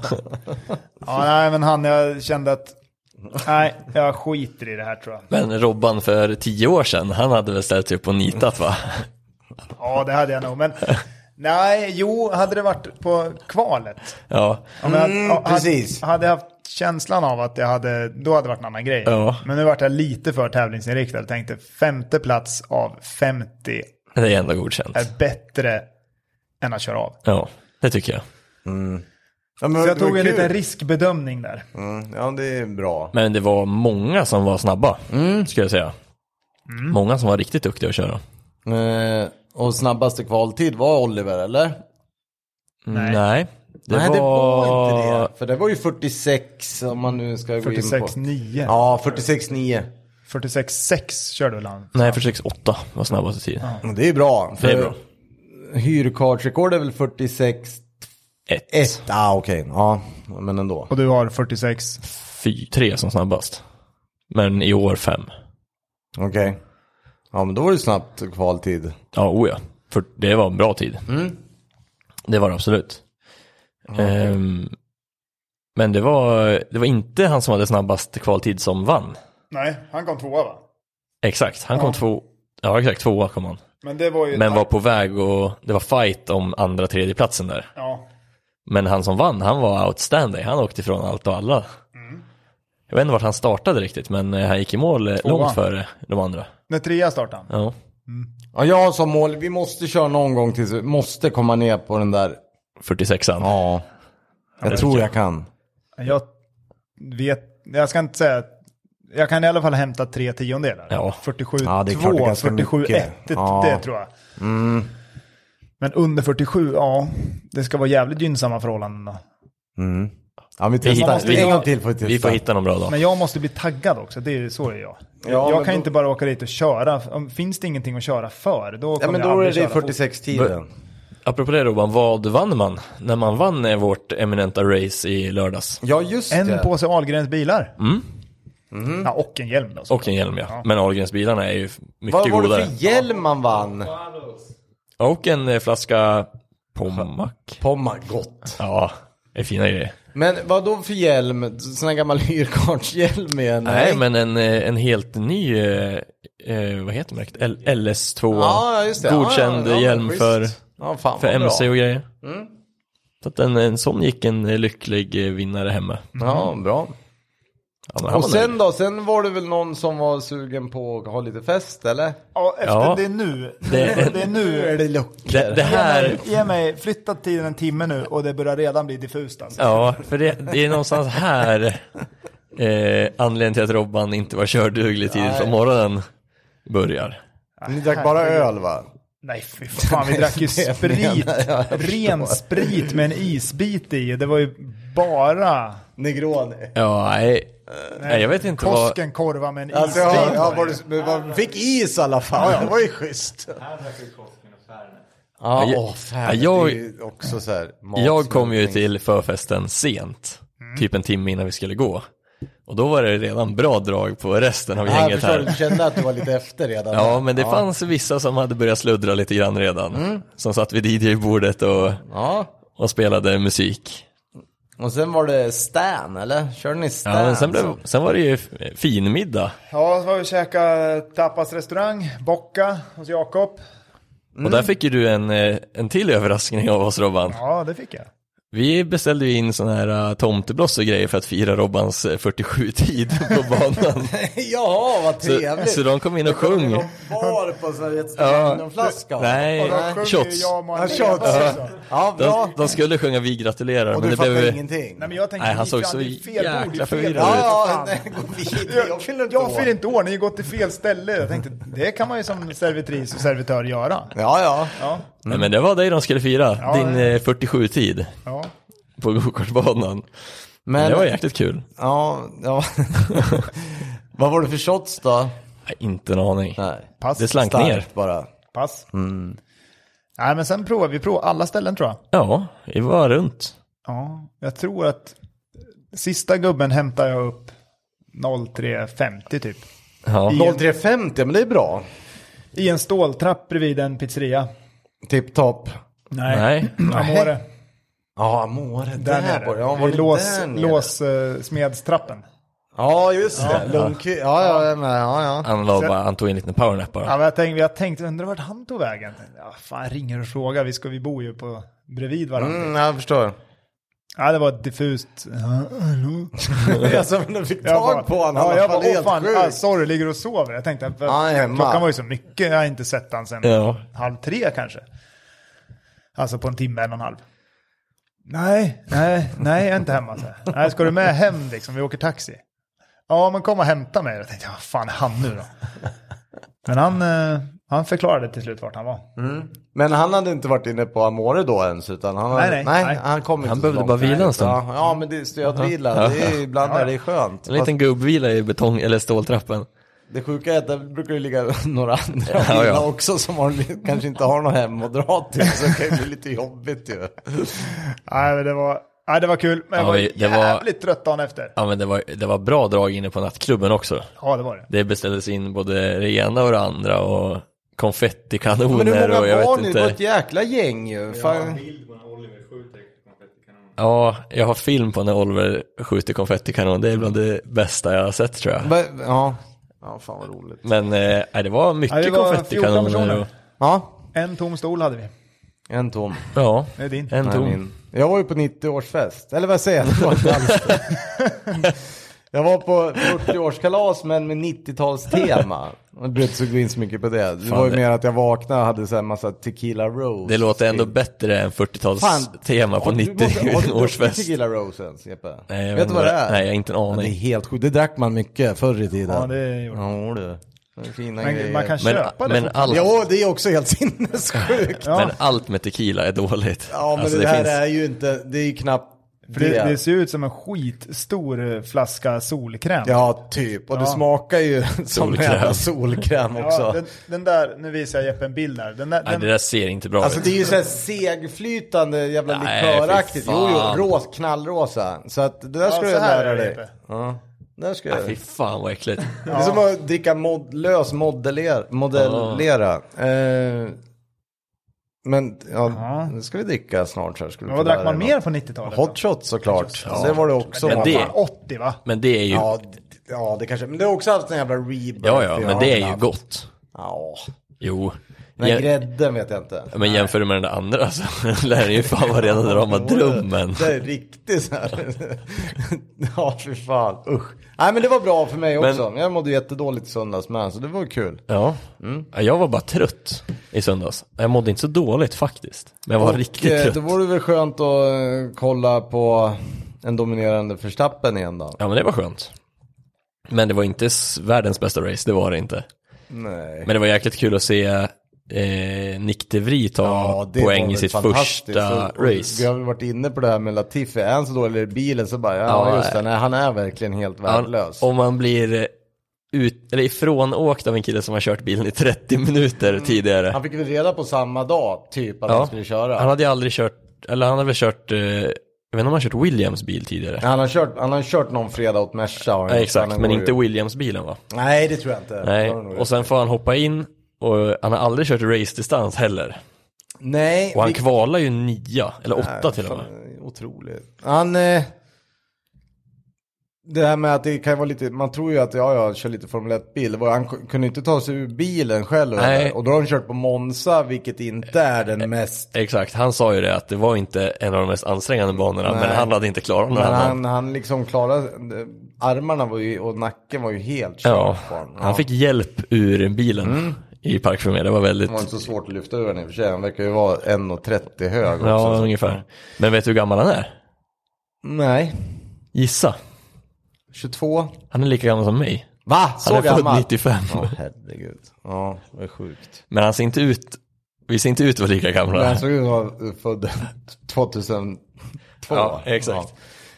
Speaker 3: Ja, nej, men han, jag kände att nej, jag skiter i det här tror jag.
Speaker 2: men Robban för tio år sedan, han hade väl ställt sig upp och nitat va?
Speaker 3: Ja, det hade jag nog, men nej, jo, hade det varit på kvalet.
Speaker 2: Ja,
Speaker 3: Om jag,
Speaker 1: Mm,
Speaker 3: ja,
Speaker 1: precis.
Speaker 3: Hade, hade jag haft känslan av att jag hade, då hade det varit en annan grej.
Speaker 2: Ja.
Speaker 3: Men nu vart jag lite för tävlingsinriktad och tänkte femte plats av 50
Speaker 2: det är ändå godkänt.
Speaker 3: är bättre än att köra av.
Speaker 2: Ja, det tycker jag.
Speaker 1: Ja, men
Speaker 3: Så jag
Speaker 1: det var
Speaker 3: tog en
Speaker 1: kul.
Speaker 3: liten riskbedömning där.
Speaker 1: Mm, ja det är bra.
Speaker 2: Men det var många som var snabba,
Speaker 1: Mm.
Speaker 2: skulle jag säga. Många som var riktigt duktiga att köra.
Speaker 1: Eh, och snabbaste kvaltid var Oliver eller?
Speaker 2: Mm, Nej, det,
Speaker 1: Nej
Speaker 2: var...
Speaker 1: det var inte det. För det var ju 46 om man nu ska gå in på.
Speaker 3: 46-9.
Speaker 1: Ja 46-9.
Speaker 3: 46-6 körde väl han.
Speaker 2: Nej, 46,8 var snabbaste tid.
Speaker 1: Och Det är bra. För
Speaker 2: Det är bra.
Speaker 1: Hyrkartsrekord är väl 46
Speaker 2: Ett,
Speaker 1: 1. Ah, okej. Ja, men ändå.
Speaker 3: Och du har 46.
Speaker 2: fy, tre som snabbast. Men i år fem.
Speaker 1: Okej. Ja, men då var det snabbt kvaltid.
Speaker 2: Ja, oja. För det var en bra tid.
Speaker 1: Mm.
Speaker 2: Det var det absolut. Ehm, men det var, det var inte han som hade snabbast kvaltid som vann.
Speaker 3: Nej, han kom tvåa va?
Speaker 2: Exakt, han kom två, ja exakt tvåa kom han.
Speaker 3: Men det var ju...
Speaker 2: Men var på väg och det var fight om andra tredje platsen där.
Speaker 3: Ja.
Speaker 2: Men han som vann, han var outstanding. Han åkte ifrån allt och alla. Jag vet inte vart han startade riktigt, men eh, han gick i mål eh, långt före de andra.
Speaker 3: När trea startade han.
Speaker 2: Ja.
Speaker 1: Ja, jag har som mål, vi måste köra någon gång tills vi måste komma ner på den där.
Speaker 2: 46an.
Speaker 1: Ja, jag tror jag kan.
Speaker 3: Jag vet... Jag ska inte säga... Jag kan i alla fall hämta tre tiondelar.
Speaker 2: Ja.
Speaker 3: 47
Speaker 1: Ja, det är klart det är
Speaker 3: 2,
Speaker 1: ganska
Speaker 3: 47
Speaker 1: mycket.
Speaker 3: 1, det,
Speaker 1: Ja. Mm.
Speaker 3: det tror jag. Men under 47, ja. Det ska vara jävligt gynnsamma förhållanden då.
Speaker 1: Ja, vi
Speaker 2: hittar-
Speaker 1: testar.
Speaker 2: vi-
Speaker 1: en gång till får vi testa.
Speaker 2: Vi får hitta någon bra dag.
Speaker 3: Men jag måste bli taggad också, det är ju så är jag.
Speaker 1: Ja, men
Speaker 3: jag kan
Speaker 1: då-
Speaker 3: inte bara åka dit och köra. Om, finns det ingenting att köra för, då kommer
Speaker 1: Ja, men
Speaker 3: jag
Speaker 1: då är
Speaker 3: aldrig
Speaker 1: det
Speaker 3: köra fort.
Speaker 1: 46-tiden.
Speaker 2: Apropå det Robban, vad vann man? När man vann eh, vårt eminenta race i lördags.
Speaker 1: Ja, just
Speaker 3: En
Speaker 1: det.
Speaker 3: påse Ahlgrens bilar. Mm. Ja, och en hjälm då.
Speaker 2: Mm. Och en hjälm ja. Men Ahlgrens bilarna är ju f- mycket
Speaker 1: Vad var det
Speaker 2: godare.
Speaker 1: för hjälm man vann?
Speaker 2: Och en eh, flaska Pommac.
Speaker 1: Pomma, gott.
Speaker 2: Ja, det är fina grejer.
Speaker 1: Men vad då för hjälm? Sån här gammal hyrkartshjälm igen?
Speaker 2: Nej, men en, eh, en helt ny, eh, eh, vad heter märket? L- LS2.
Speaker 1: Ja, just det.
Speaker 2: Godkänd
Speaker 1: ja, ja, ja,
Speaker 2: hjälm
Speaker 1: schysst.
Speaker 2: för
Speaker 1: ja, fan,
Speaker 2: för
Speaker 1: vad bra. Mm.
Speaker 2: MC och grejer. Så att en, en sån gick en eh, lycklig eh, vinnare hemma.
Speaker 1: Ja, bra.
Speaker 2: Mm. Ja, men han
Speaker 1: Och
Speaker 2: var
Speaker 1: sen
Speaker 2: nöjd.
Speaker 1: då, sen var det väl någon som var sugen på att ha lite fest eller?
Speaker 3: Ja, efter
Speaker 2: Ja.
Speaker 3: det är nu.
Speaker 2: Det-
Speaker 3: Det, är nu.
Speaker 1: det lugnt.
Speaker 2: det, det
Speaker 3: Ge
Speaker 2: här,
Speaker 3: mig, ge mig, flytta tiden en timme nu och det börjar redan bli diffust alltså.
Speaker 2: ja, för det, det är någonstans här eh, anledningen till att Robban inte var körduglig tidigt från morgonen börjar.
Speaker 1: Ni drack bara öl va?
Speaker 3: Nej fy fan, vi drack ju sprit. Ren sprit med en isbit i. Det var ju bara
Speaker 1: Negroni.
Speaker 2: Ja, nej,
Speaker 1: Eh,
Speaker 2: nej jag vet inte vad...
Speaker 3: Koskenkorva med en isbit.
Speaker 1: Alltså, ja, ja, var det, men man fick is i alla fall, det var ju schysst.
Speaker 4: Här drack vi Kosken och Färnet.
Speaker 1: Ja,
Speaker 2: jag-
Speaker 1: åh, fan,
Speaker 2: ja, jag-
Speaker 1: det är ju också så här
Speaker 2: Jag kom ju
Speaker 1: matsmältning.
Speaker 2: till förfesten sent, typ en timme innan vi skulle gå. Och då var det redan bra drag på resten av
Speaker 1: Ja, jag
Speaker 2: gänget
Speaker 1: förstår, du
Speaker 2: här.
Speaker 1: kände att du var lite efter redan.
Speaker 2: Ja, men det fanns vissa som hade börjat sluddra lite grann redan. Som satt vid DJ-bordet och,
Speaker 1: Ja,
Speaker 2: och spelade musik.
Speaker 1: och sen var det Stan eller? Körde ni Stan?
Speaker 2: Ja, men sen, blev, sen var det ju f- finmiddag.
Speaker 3: Ja, så var vi och käkade tapasrestaurang, Bocca hos Jakob.
Speaker 2: Och där fick ju du en, eh, en till överraskning av oss Robban.
Speaker 3: Ja, det fick jag.
Speaker 2: Vi beställde ju in sådana här eh, tomtebloss och grejer för att fira Robbans 47-tid på banan.
Speaker 1: Jaha, vad
Speaker 2: så,
Speaker 1: trevligt.
Speaker 2: så de kom in och sjöng.
Speaker 1: Bar på så här ett Stagnumflaska.
Speaker 2: Nej,
Speaker 3: Och de sjunger ju
Speaker 2: shots.
Speaker 3: jag och Maria.
Speaker 1: Ja, shots.
Speaker 3: också.
Speaker 1: Ja, bra.
Speaker 2: De, de skulle sjunga Vi gratulerar,
Speaker 1: Och du
Speaker 2: men det
Speaker 1: fattar
Speaker 2: blev...
Speaker 1: ingenting.
Speaker 3: Nej men jag tänkte,
Speaker 2: Nej, han
Speaker 3: ni
Speaker 2: såg
Speaker 3: fan,
Speaker 2: så
Speaker 3: det är fel
Speaker 2: jäkla
Speaker 3: bord, det är fel
Speaker 2: förvirrad
Speaker 3: bord.
Speaker 2: ut.
Speaker 1: Ja, ja, nej, gå vidare. Jag fyller inte
Speaker 3: Jag
Speaker 1: år.
Speaker 3: fyller inte år, ni har gått till fel ställe. Jag tänkte, det kan man ju som servitris och servitör göra.
Speaker 1: Ja, ja.
Speaker 3: Ja.
Speaker 2: Nej, men det var dig de skulle fira,
Speaker 3: Ja,
Speaker 2: din
Speaker 3: det-
Speaker 2: 47-tid
Speaker 3: Ja.
Speaker 2: på gokartbanan.
Speaker 1: Men,
Speaker 2: Det var jäkligt kul.
Speaker 1: ja, ja. Vad var det för shots då?
Speaker 2: Nej, inte en aning.
Speaker 1: Nej.
Speaker 3: Pass.
Speaker 2: Det Mm. slank ner.
Speaker 1: Starkt bara.
Speaker 3: Pass. Nej, men sen provar vi prov alla ställen tror jag.
Speaker 2: Ja, vi var runt.
Speaker 3: Ja, jag tror att sista gubben hämtar jag upp 03.50 typ.
Speaker 2: Ja.
Speaker 1: 0350, men det är bra.
Speaker 3: I en ståltrapp bredvid en pizzeria.
Speaker 1: Tipp topp.
Speaker 2: Nej.
Speaker 3: Amore.
Speaker 1: Ja, Amore, där, där
Speaker 3: Där nere.
Speaker 1: borta. Ja, var
Speaker 3: Vid
Speaker 1: det
Speaker 3: lås, eh,
Speaker 1: där nere?
Speaker 3: låssmedstrappen.
Speaker 1: Ja, just det. Lundqvist. Ja, ja, jag är med. ja, ja.
Speaker 2: Han, la bara, han tog en liten powernap bara.
Speaker 3: Ja, men jag tänkte, jag tänkte, undrar vart han tog vägen? Ja, fan, ringer och frågar, vi, ska, vi bor ju på bredvid varandra.
Speaker 1: Mm, jag förstår.
Speaker 3: Ja, det var ett diffust. Ja, hallå?
Speaker 1: alltså, men du fick tag på honom.
Speaker 3: Ja, jag bara, åh
Speaker 1: helt
Speaker 3: fan,
Speaker 1: sjukt.
Speaker 3: ah, sorry, ligger och sover. Jag tänkte, för
Speaker 1: Ja, hemma.
Speaker 3: klockan var ju så mycket, jag har inte sett han sen
Speaker 2: Ja.
Speaker 3: halv tre kanske. Alltså på en timme, en och en halv. Nej, nej, nej, jag är inte hemma. Så här. Nej, ska du med hem liksom? Vi åker taxi. Ja, men kom och hämta mig. Jag tänkte, vad fan är han nu då? Men han, eh, han förklarade till slut vart han var.
Speaker 1: Men han hade inte varit inne på Amore då ens, utan han, hade,
Speaker 3: Nej, nej, nej.
Speaker 1: han kom inte
Speaker 2: Han
Speaker 1: så
Speaker 2: behövde
Speaker 1: långt.
Speaker 2: bara vila en
Speaker 1: Nej.
Speaker 2: stund.
Speaker 1: Ja, ja, men det är stödvila. Det är, ibland är det skönt.
Speaker 2: En liten gubbvila i betong eller ståltrappen.
Speaker 1: Fast Det sjuka är att det brukar ju ligga några andra
Speaker 2: Ja,
Speaker 1: vila
Speaker 2: ja.
Speaker 1: också som har, kanske inte har något hem att dra till, så det kan ju bli lite jobbigt ju.
Speaker 3: Nej, men det var, nej, det var kul, men jag
Speaker 2: Ja,
Speaker 3: var
Speaker 2: vi- det var-
Speaker 3: jävligt trött dagen efter.
Speaker 2: Ja men det var, det var bra drag inne på nattklubben också.
Speaker 3: Ja, det var det.
Speaker 2: Det beställdes in både det ena och det andra och
Speaker 1: Men hur
Speaker 2: konfettikanoner
Speaker 1: många
Speaker 2: och jag
Speaker 1: barn
Speaker 2: vet
Speaker 1: ni? Det var ett
Speaker 2: inte.
Speaker 1: jäkla gäng ju.
Speaker 4: Jag har en
Speaker 1: Fan.
Speaker 4: bild på när Oliver skjuter konfettikanonen.
Speaker 2: Ja, jag har film på när Oliver skjuter konfettikanon. Det är bland det bästa jag har sett tror jag.
Speaker 1: Va- Ja. ja, fan vad roligt.
Speaker 2: Men eh, nej, det var mycket
Speaker 3: Ja, det var 14
Speaker 2: konfettikanoner.
Speaker 3: personer.
Speaker 2: Och,
Speaker 1: Ja,
Speaker 3: En tom stol hade vi.
Speaker 1: en tom.
Speaker 2: ja,
Speaker 3: Det är din.
Speaker 2: en
Speaker 1: Nej,
Speaker 2: tom.
Speaker 1: min. Jag var ju på 90-årsfest, eller vad säger jag? Det var inte alls det. Jag var på 40-årskalas men med 90-talstema. Jag brydde mig inte så mycket på det. Det var ju
Speaker 2: det-
Speaker 1: mer att jag vaknade och hade så här massa tequila rose.
Speaker 2: Det låter ändå bättre än
Speaker 1: Fan.
Speaker 2: 40-talstema på
Speaker 1: Har du- har du druckit
Speaker 2: 90-årsfest.
Speaker 1: tequila rose ens Jeppe?
Speaker 2: Nej, jag
Speaker 1: Vet du vad det är?
Speaker 2: Nej, jag har inte en
Speaker 1: Ja, det är
Speaker 2: aning.
Speaker 1: helt sjukt. Det drack man mycket förr i tiden.
Speaker 3: Ja, det gjorde
Speaker 1: Ja, du. Det är fina grejer.
Speaker 3: Men man kan
Speaker 2: Men,
Speaker 3: köpa det.
Speaker 2: men, allt,
Speaker 1: Ja, det är också helt sinnessjukt. ja,
Speaker 2: men allt med tequila är dåligt.
Speaker 1: men
Speaker 2: Alltså,
Speaker 1: det, här
Speaker 2: finns-
Speaker 1: är ju inte, det är ju knappt
Speaker 3: För det, det ser ut som en skitstor eh, flaska solkräm.
Speaker 1: Ja, typ. Och det
Speaker 3: Ja.
Speaker 1: smakar ju som
Speaker 2: Solkräm.
Speaker 1: jävla solkräm
Speaker 3: Ja,
Speaker 1: också.
Speaker 3: den, den där, nu visar jag Jeppe en bild där. Den där,
Speaker 2: Nej,
Speaker 3: den,
Speaker 2: det där ser inte bra
Speaker 1: Alltså
Speaker 2: ut.
Speaker 1: det är ju såhär segflytande jävla
Speaker 2: Nej,
Speaker 1: liköraktigt.
Speaker 2: fy
Speaker 1: Jo, jo,
Speaker 2: fan.
Speaker 1: rås, knallrosa. Så att det där
Speaker 3: Ja,
Speaker 1: ska
Speaker 3: så
Speaker 1: du
Speaker 3: här är
Speaker 1: lära
Speaker 3: det,
Speaker 1: dig.
Speaker 3: Jeppe.
Speaker 1: Ja, där ska
Speaker 2: Fy
Speaker 1: jag.
Speaker 2: fan vad äckligt.
Speaker 1: Det är som att dricka mod, lös modellera. modellera. Eh, men ja,
Speaker 3: Ja.
Speaker 1: nu ska vi dricka snart så här. Ska vi få
Speaker 3: men vad drack
Speaker 1: lära
Speaker 3: man
Speaker 1: dig
Speaker 3: mer
Speaker 1: något.
Speaker 3: på 90-talet?
Speaker 1: Hot shot såklart. Det var det också.
Speaker 3: det
Speaker 2: Men
Speaker 3: var
Speaker 2: det-
Speaker 3: fan 80 va?
Speaker 2: Men det är ju, ja
Speaker 1: Ja, d- ja, det kanske. Men det har också haft en jävla rebirth.
Speaker 2: ja, men det är ju
Speaker 1: haft.
Speaker 2: gott.
Speaker 1: Ja,
Speaker 2: Jo.
Speaker 1: den
Speaker 2: Jäm-
Speaker 1: grädden vet jag inte.
Speaker 2: men jämför du med den där andra så lär den ju fan vara rena rama drömmen.
Speaker 1: Det är riktigt så här. ja, fy fan. Usch. Nej, men det var bra för mig också. Jag mådde jättedåligt i söndags med, så det var kul.
Speaker 2: Ja.
Speaker 1: Mm.
Speaker 2: ja, jag var bara trött i söndags. Jag mådde inte så dåligt faktiskt. Men jag var riktigt
Speaker 1: eh,
Speaker 2: trött.
Speaker 1: Då vore det väl skönt att eh, kolla på en dominerande förstappen igen då.
Speaker 2: Ja, men det var skönt. Men det var inte s- världens bästa race, det var det inte.
Speaker 1: Nej.
Speaker 2: Men det var jäkligt kul att se eh, Nick de Vries ta
Speaker 1: det var
Speaker 2: poäng i
Speaker 1: väl
Speaker 2: sitt
Speaker 1: fantastiskt.
Speaker 2: första
Speaker 1: Och- och
Speaker 2: race.
Speaker 1: Vi har väl varit inne på det här med Latifi. Är han så dålig i bilen så bara, ja,
Speaker 2: Ja, eh.
Speaker 1: just det,
Speaker 2: nej.
Speaker 1: nej, han är verkligen helt
Speaker 2: Han,
Speaker 1: värdelös.
Speaker 2: om man blir eh, ut, eller ifrånåkt av en kille som har kört bilen i 30 minuter tidigare.
Speaker 1: Mm. Han fick väl reda på samma dag, typ, att han skulle köra.
Speaker 2: Han hade ju aldrig kört, eller han hade väl kört, eh, jag vet inte om han kört Williams bil tidigare.
Speaker 1: Han har, kört, han har kört någon fredag åt Merca. har han
Speaker 2: Nej,
Speaker 1: gjort, så
Speaker 2: exakt,
Speaker 1: han
Speaker 2: men
Speaker 1: går ju-
Speaker 2: inte Williams-bilen va?
Speaker 1: Nej, det tror jag inte. Det
Speaker 2: Nej,
Speaker 1: har han nog
Speaker 2: och sen får han hoppa in och han har aldrig kört race-distans heller.
Speaker 1: Nej,
Speaker 2: Och han
Speaker 1: vi-
Speaker 2: kvalar ju nia, eller åtta till och med.
Speaker 1: Fan, Otroligt. Han... Eh, det här med att det kan vara lite, man tror ju att ja, jag kör lite Formel 1-bil. Det var- Han k- kunde inte ta sig ur bilen själv.
Speaker 2: Nej.
Speaker 1: eller? Och då har han kört på Monza, vilket inte är den mest...
Speaker 2: Exakt, han sa ju det att det var inte en av de mest ansträngande banorna,
Speaker 1: Nej.
Speaker 2: men han hade inte klarat någon
Speaker 1: Men
Speaker 2: annan.
Speaker 1: han, han liksom klarade... eh, Armarna var ju, och nacken var ju helt körd
Speaker 2: ja,
Speaker 1: på honom.
Speaker 2: han fick hjälp ur bilen i Park Fermé, det var väldigt,
Speaker 1: Mm. Det var inte så svårt att lyfta över den i och för sig. Han verkar ju vara 1,30 hög också.
Speaker 2: ja ungefär. Men vet du hur gammal han är?
Speaker 1: Nej,
Speaker 2: Gissa,
Speaker 1: 22.
Speaker 2: han är lika gammal som mig.
Speaker 1: Va? Så
Speaker 2: Han är född
Speaker 1: gammal?
Speaker 2: 95.
Speaker 1: Ja, herregud. Ja, det är sjukt.
Speaker 2: Men han ser inte ut Vi ser inte ut att vara lika gamla.
Speaker 1: Han såg ut att vara född 2002.
Speaker 2: Ja, exakt.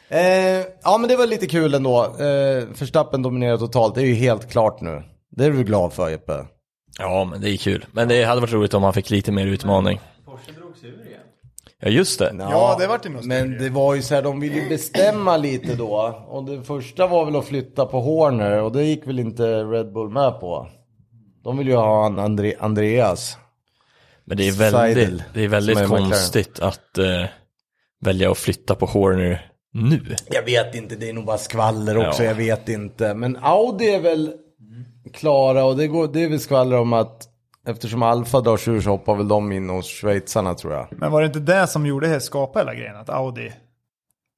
Speaker 1: Ja. Eh, ja, men det var lite kul ändå. Eh, Förstappen dominerar totalt. Det är ju helt klart nu. Det är du glad för Jeppe?
Speaker 2: Ja, men det är kul. Men det hade varit roligt om han fick lite mer utmaning.
Speaker 4: Porsche drog sig ur igen.
Speaker 2: Ja, just det.
Speaker 3: Ja, det vart ju något
Speaker 1: Men det var ju så här, de ville ju bestämma lite då. Och det första var väl att flytta på Horner och det gick väl inte Red Bull med på. De vill ju ha en Andre- Andreas.
Speaker 2: Men det är väldigt,
Speaker 1: Seidel,
Speaker 2: det är
Speaker 1: som
Speaker 2: väldigt
Speaker 1: är McLaren.
Speaker 2: konstigt att eh, välja att flytta på Horner nu.
Speaker 1: Jag vet inte, det är nog bara skvaller också,
Speaker 2: Ja.
Speaker 1: jag vet inte. Men Audi är väl klara och det, går, det är väl skvaller om att eftersom Alfa drar sig ur så hoppar väl de in hos schweizarna tror jag.
Speaker 3: Men var det inte det som gjorde det, skapa hela grejen? Att Audi...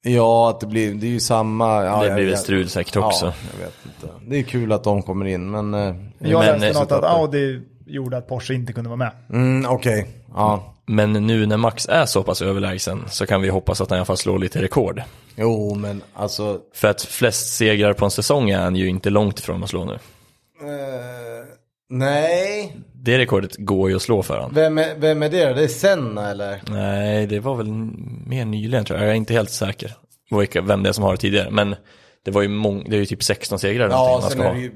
Speaker 1: Ja, att det blir, det är ju samma. Ja,
Speaker 2: det
Speaker 1: jag
Speaker 2: blir väl
Speaker 1: vet-
Speaker 2: strul säkert också.
Speaker 1: Ja, jag vet inte. Det är kul att de kommer in, men... eh,
Speaker 3: Jag
Speaker 2: Men-
Speaker 3: läste något att
Speaker 1: Setupen.
Speaker 3: Audi gjorde att Porsche inte kunde vara med.
Speaker 1: Mm, okej. Ja.
Speaker 2: Men nu när Max är så pass överlägsen så kan vi hoppas att han i alla fall slår lite rekord.
Speaker 1: Jo, men alltså...
Speaker 2: För att flest segrar på en säsong är han ju inte långt ifrån att slå nu.
Speaker 1: Eh, nej.
Speaker 2: Det rekordet går ju att slå för han.
Speaker 1: Vem är, vem är det då? Det är Senna eller?
Speaker 2: Nej, det var väl mer nyligen tror jag. Jag är inte helt säker vilka- vem det är som har det tidigare. Men det var ju mång- det är ju typ 16 segrar eller någonting
Speaker 1: Ja, sen
Speaker 2: han ska ha.
Speaker 1: är det ju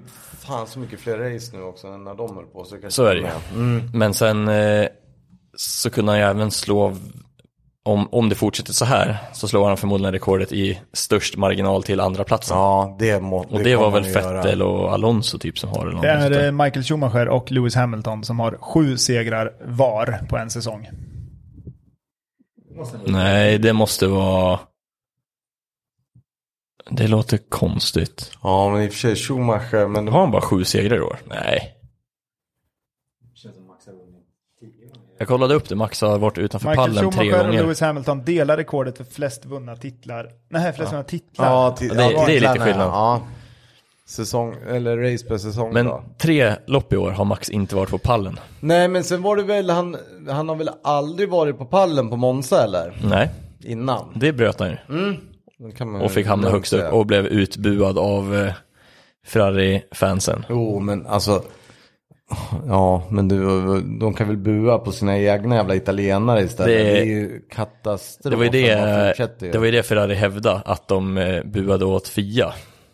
Speaker 1: fan så mycket fler race nu också än när de Mm. höll på. Så, kanske
Speaker 2: Så är det ju. Men sen eh, så kunde han ju även slå, om, om det fortsätter så här, så slår han förmodligen rekordet i störst marginal till andra platsen.
Speaker 1: Ja, det må
Speaker 2: och det var
Speaker 1: kommer
Speaker 2: väl
Speaker 1: vi göra.
Speaker 2: Vettel och Alonso typ som har det.
Speaker 3: Det är
Speaker 2: det...
Speaker 3: eh, Michael Schumacher och Lewis Hamilton som har sju segrar var på en säsong.
Speaker 2: Nej, det måste vara... Det låter konstigt.
Speaker 1: Ja, men i och för sig Schumacher, men...
Speaker 2: Har han bara sju segrar i år? Nej.
Speaker 4: Känns som Max har vunnit tio gånger.
Speaker 2: Jag kollade upp det, Max har varit utanför
Speaker 3: Michael
Speaker 2: pallen tre
Speaker 3: Schumacher och
Speaker 2: gånger.
Speaker 3: Lewis Hamilton delar rekordet för flest vunna titlar. Nej, flest vunna titlar.
Speaker 1: Ja, till,
Speaker 2: det är-
Speaker 1: ja,
Speaker 2: det är lite
Speaker 1: Atlanta,
Speaker 2: skillnad.
Speaker 1: Ja. Säsong, eller race per säsong
Speaker 2: Men
Speaker 1: då.
Speaker 2: tre lopp i år har Max inte varit på pallen.
Speaker 1: Nej, men sen var det väl, han, han har väl aldrig varit på pallen på Monza eller?
Speaker 2: Nej,
Speaker 1: Innan. Mm.
Speaker 2: det bröt han ju.
Speaker 1: Då kan man
Speaker 2: Och fick hamna
Speaker 1: lugnt
Speaker 2: högst upp
Speaker 1: säga.
Speaker 2: och blev utbuad av eh, Ferrari-fansen.
Speaker 1: Jo, men alltså. Ja, men du, de kan väl bua på sina egna jävla italienare istället.
Speaker 2: Det-
Speaker 1: Det, är ju katastrof.
Speaker 2: Det var ju det, eh,
Speaker 1: De fortsätter ju.
Speaker 2: det, var ju det Ferrari hävdade, att de eh, buade åt Fia.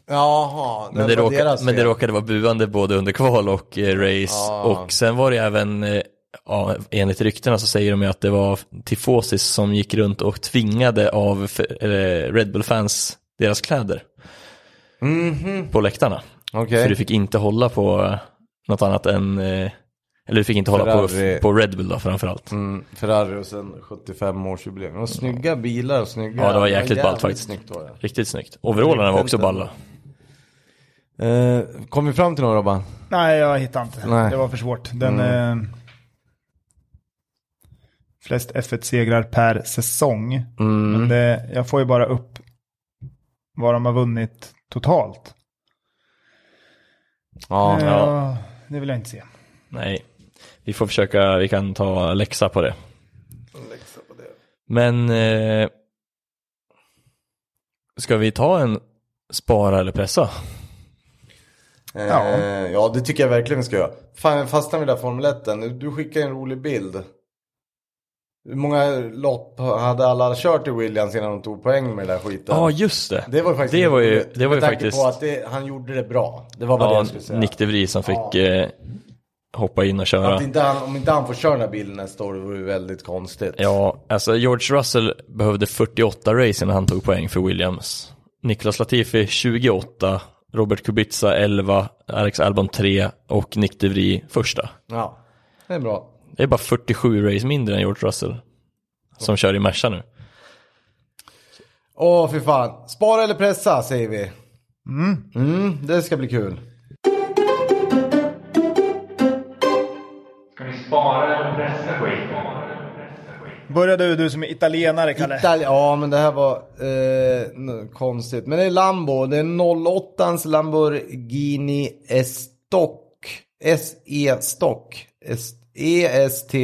Speaker 1: Jaha,
Speaker 2: Men det,
Speaker 1: var
Speaker 2: råka,
Speaker 1: deras
Speaker 2: men det
Speaker 1: fel. Ah.
Speaker 2: råkade vara buande både under kval och eh, race. Och sen var det även, eh, ja, enligt ryktena så säger de ju att det var tifosis som gick runt och tvingade av Fe- eh, Red Bull-fans deras kläder. På läktarna.
Speaker 1: Mhm. Okej.
Speaker 2: För du fick inte hålla på eh, något annat än, eh, eller du fick inte hålla på,
Speaker 1: Ferrari.
Speaker 2: på Red Bull då framförallt.
Speaker 1: Mm, Ferrari och sen 75-årsjubileum. Och snygga bilar och snygga.
Speaker 2: Ja, det var jäkligt ballt faktiskt.
Speaker 1: Snyggt var det.
Speaker 2: Riktigt snyggt. Overallarna var också balla.
Speaker 1: Eh, kom vi fram till någon Robban?
Speaker 3: Nej, jag hittar inte.
Speaker 1: Nej. Mm.
Speaker 3: Det var för svårt. Den... Eh, flest F1-segrar per säsong.
Speaker 1: Mm.
Speaker 2: Mm.
Speaker 3: Men det, jag får ju bara upp vad de har vunnit totalt.
Speaker 1: Ja.
Speaker 3: Eh,
Speaker 2: ja.
Speaker 3: Det vill jag inte se.
Speaker 2: Nej, vi får försöka, vi kan ta läxa på det. Men eh, ska vi ta en spara eller pressa?
Speaker 1: Eh,
Speaker 3: Ja.
Speaker 1: ja, det tycker jag verkligen vi ska göra. Fan, jag fastnar vid den där Formel 1. -en. Du skickade en rolig bild. Hur många lopp hade alla kört i Williams innan de tog poäng med den där skiten?
Speaker 2: Ja, just det.
Speaker 1: det var ju faktiskt
Speaker 2: det var ju,
Speaker 1: roligt,
Speaker 2: det var ju
Speaker 1: med tanke
Speaker 2: faktiskt
Speaker 1: på att det, han gjorde det bra. Det var bara det
Speaker 2: ja,
Speaker 1: jag skulle säga.
Speaker 2: Nick de Vries som fick eh, hoppa in och köra.
Speaker 1: Att inte han, om inte han får köra den här bilen nästa år, det vore ju väldigt konstigt.
Speaker 2: Ja, alltså George Russell behövde 48 race innan han tog poäng för Williams. Niklas Latifi 28, Robert Kubica 11, Alex Albon 3 och Nick de Vries första.
Speaker 1: Ja, det är bra.
Speaker 2: Det är bara 47 race mindre än George Russell. Som kör i Merca nu.
Speaker 1: Åh, fy fan. Spara eller pressa, säger vi. Mm. det ska bli kul.
Speaker 5: Ska ni spara eller pressa skiten?
Speaker 3: Börja du, du som är italienare, Kalle.
Speaker 1: Itali- ja, men det här var eh, n- konstigt. Men det är Lambo. Det är 08ans Lamborghini Estock. S-E Stock. S-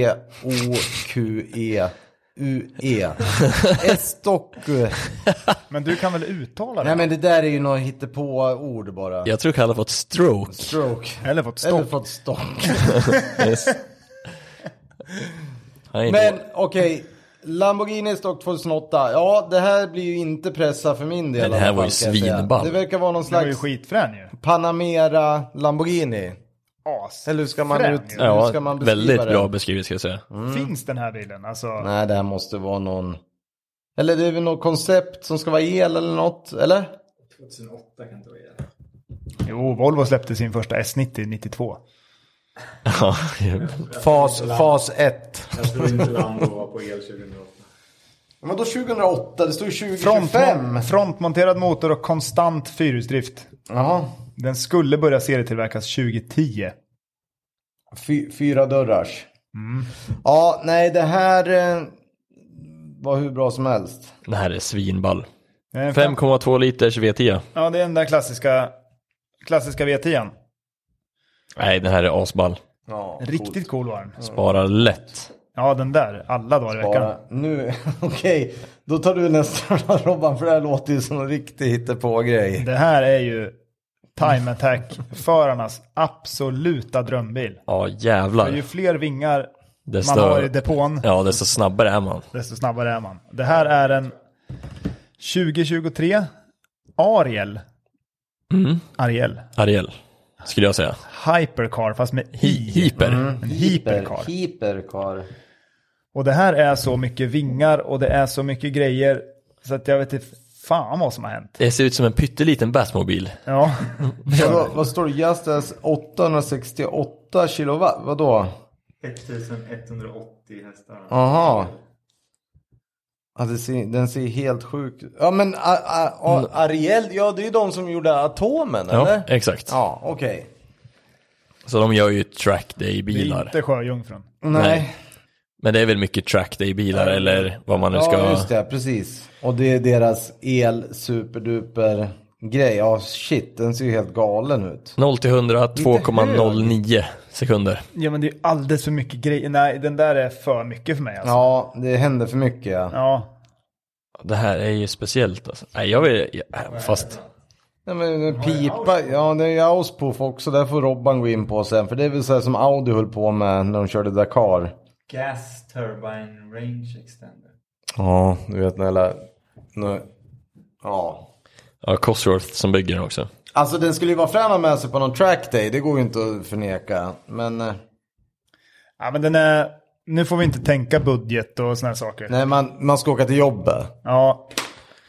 Speaker 1: E. E-S-T-O-Q-E-U-E. Estock.
Speaker 3: Men du kan väl uttala det?
Speaker 1: Nej, men det där är ju något hittepå-ord bara.
Speaker 2: Jag tror Kalle fått stroke.
Speaker 1: Stroke.
Speaker 3: Eller fått stopp.
Speaker 1: Eller fått stock.
Speaker 2: Han är inte-
Speaker 1: Men okej, Lamborghini Stock 2008. Ja, det här blir ju inte pressa för min del.
Speaker 2: Nej, det
Speaker 1: i
Speaker 2: här
Speaker 1: alla
Speaker 2: var
Speaker 1: fall,
Speaker 2: ju
Speaker 1: kan jag säga.
Speaker 2: svinball.
Speaker 1: Det verkar vara någon
Speaker 3: Den var ju
Speaker 1: slags
Speaker 3: skitfrän ju.
Speaker 1: Panamera Lamborghini.
Speaker 3: As.
Speaker 1: Eller hur ska man,
Speaker 3: Frän
Speaker 1: ut,
Speaker 3: ju.
Speaker 1: hur
Speaker 2: Ja,
Speaker 1: ska man beskriva
Speaker 2: väldigt
Speaker 1: det?
Speaker 2: bra beskrivet ska jag säga.
Speaker 3: Finns den här bilen? Alltså,
Speaker 1: Nej, det här måste vara någon... Eller det är väl något koncept som ska vara el eller något, eller?
Speaker 4: 2008 kan inte vara det.
Speaker 3: jo, Volvo släppte sin första S90 92.
Speaker 2: Ja,
Speaker 1: Fas, fas 1.
Speaker 4: Jag tror inte Lambo var på el 2008.
Speaker 1: Men då 2008, det står ju 2025.
Speaker 3: Frontmon- Frontmonterad motor och konstant fyrhjulsdrift.
Speaker 1: Jaha.
Speaker 3: Den skulle börja serietillverkas 2010.
Speaker 1: Fy, fyra dörrars.
Speaker 4: Mm.
Speaker 1: Ja, nej det här eh, var hur bra som helst.
Speaker 2: det här är svinball.
Speaker 3: Den är
Speaker 2: 5,2 liters V10.
Speaker 3: Ja, det är den där klassiska, klassiska V10.
Speaker 2: Nej, den här är asball.
Speaker 1: Ja,
Speaker 3: Riktigt cool var den.
Speaker 2: Sparar lätt.
Speaker 3: Ja, den där. Alla dagar i
Speaker 1: Bara,
Speaker 3: veckan.
Speaker 1: nu, okej, då tar du nästa Robban för det här låter ju som en riktig hittepå-grej.
Speaker 3: Det här är ju Time Attack-förarnas absoluta drömbil.
Speaker 2: Ja, jävlar.
Speaker 3: Ju fler vingar man
Speaker 2: Desto,
Speaker 3: har i depån,
Speaker 2: ja, desto snabbare är man.
Speaker 3: desto snabbare är man. Det här är en 2023 Ariel.
Speaker 2: Mm.
Speaker 3: Ariel.
Speaker 2: Ariel, skulle jag säga.
Speaker 3: Hypercar, fast med
Speaker 2: Hi-
Speaker 3: i.
Speaker 2: Hyper.
Speaker 1: Mm.
Speaker 3: En hypercar.
Speaker 1: Hiperkar.
Speaker 3: Och det här är så mycket vingar och det är så mycket grejer. Så att jag vet inte fan vad som har hänt.
Speaker 2: Det ser ut som en pytteliten Batmobil.
Speaker 3: Ja,
Speaker 1: Vadå, vad står det? Just as 868 kilowatt, vadå?
Speaker 4: 1180 hästar.
Speaker 1: Aha. Ja, det ser, den ser helt sjuk Ja men a, a, a, Ariel, ja det är ju de som gjorde atomen
Speaker 2: Ja,
Speaker 1: eller?
Speaker 2: exakt.
Speaker 1: Ja, okej.
Speaker 2: Så de gör ju track
Speaker 3: det är
Speaker 2: day-bilar.
Speaker 3: inte Sjöjungfrun.
Speaker 1: Nej.
Speaker 2: Men det är väl mycket track day-bilar eller vad man nu ska...
Speaker 1: Ja, just det. Precis. Och det är deras el superduper grej. Ja, shit. Den ser ju helt galen ut.
Speaker 2: 0 till 100, 2,09 sekunder.
Speaker 3: Ja, men det är ju alldeles för mycket grejer. Nej, den där är för mycket för mig alltså.
Speaker 1: Ja, det händer för mycket. Ja.
Speaker 3: Ja.
Speaker 2: Det här är ju speciellt alltså. Nej, jag vill... ja, Fast...
Speaker 1: Nej, men den pipa. Ja, det är ju Auspuff också. Där får Robban gå in på sen. För det är väl så här som Audi höll på med när de körde Dakar.
Speaker 4: Gas Turbine Range Extender.
Speaker 1: Ja, du vet när alla... nu- Ja.
Speaker 2: Ja, Cosworth som bygger den också.
Speaker 1: Alltså den skulle ju vara frän att ha med sig på någon track day. Det går ju inte att förneka. Men... eh,
Speaker 3: ja, men den är... Nu får vi inte tänka budget och såna här saker.
Speaker 1: Nej, man, man ska åka till jobbet.
Speaker 3: Ja,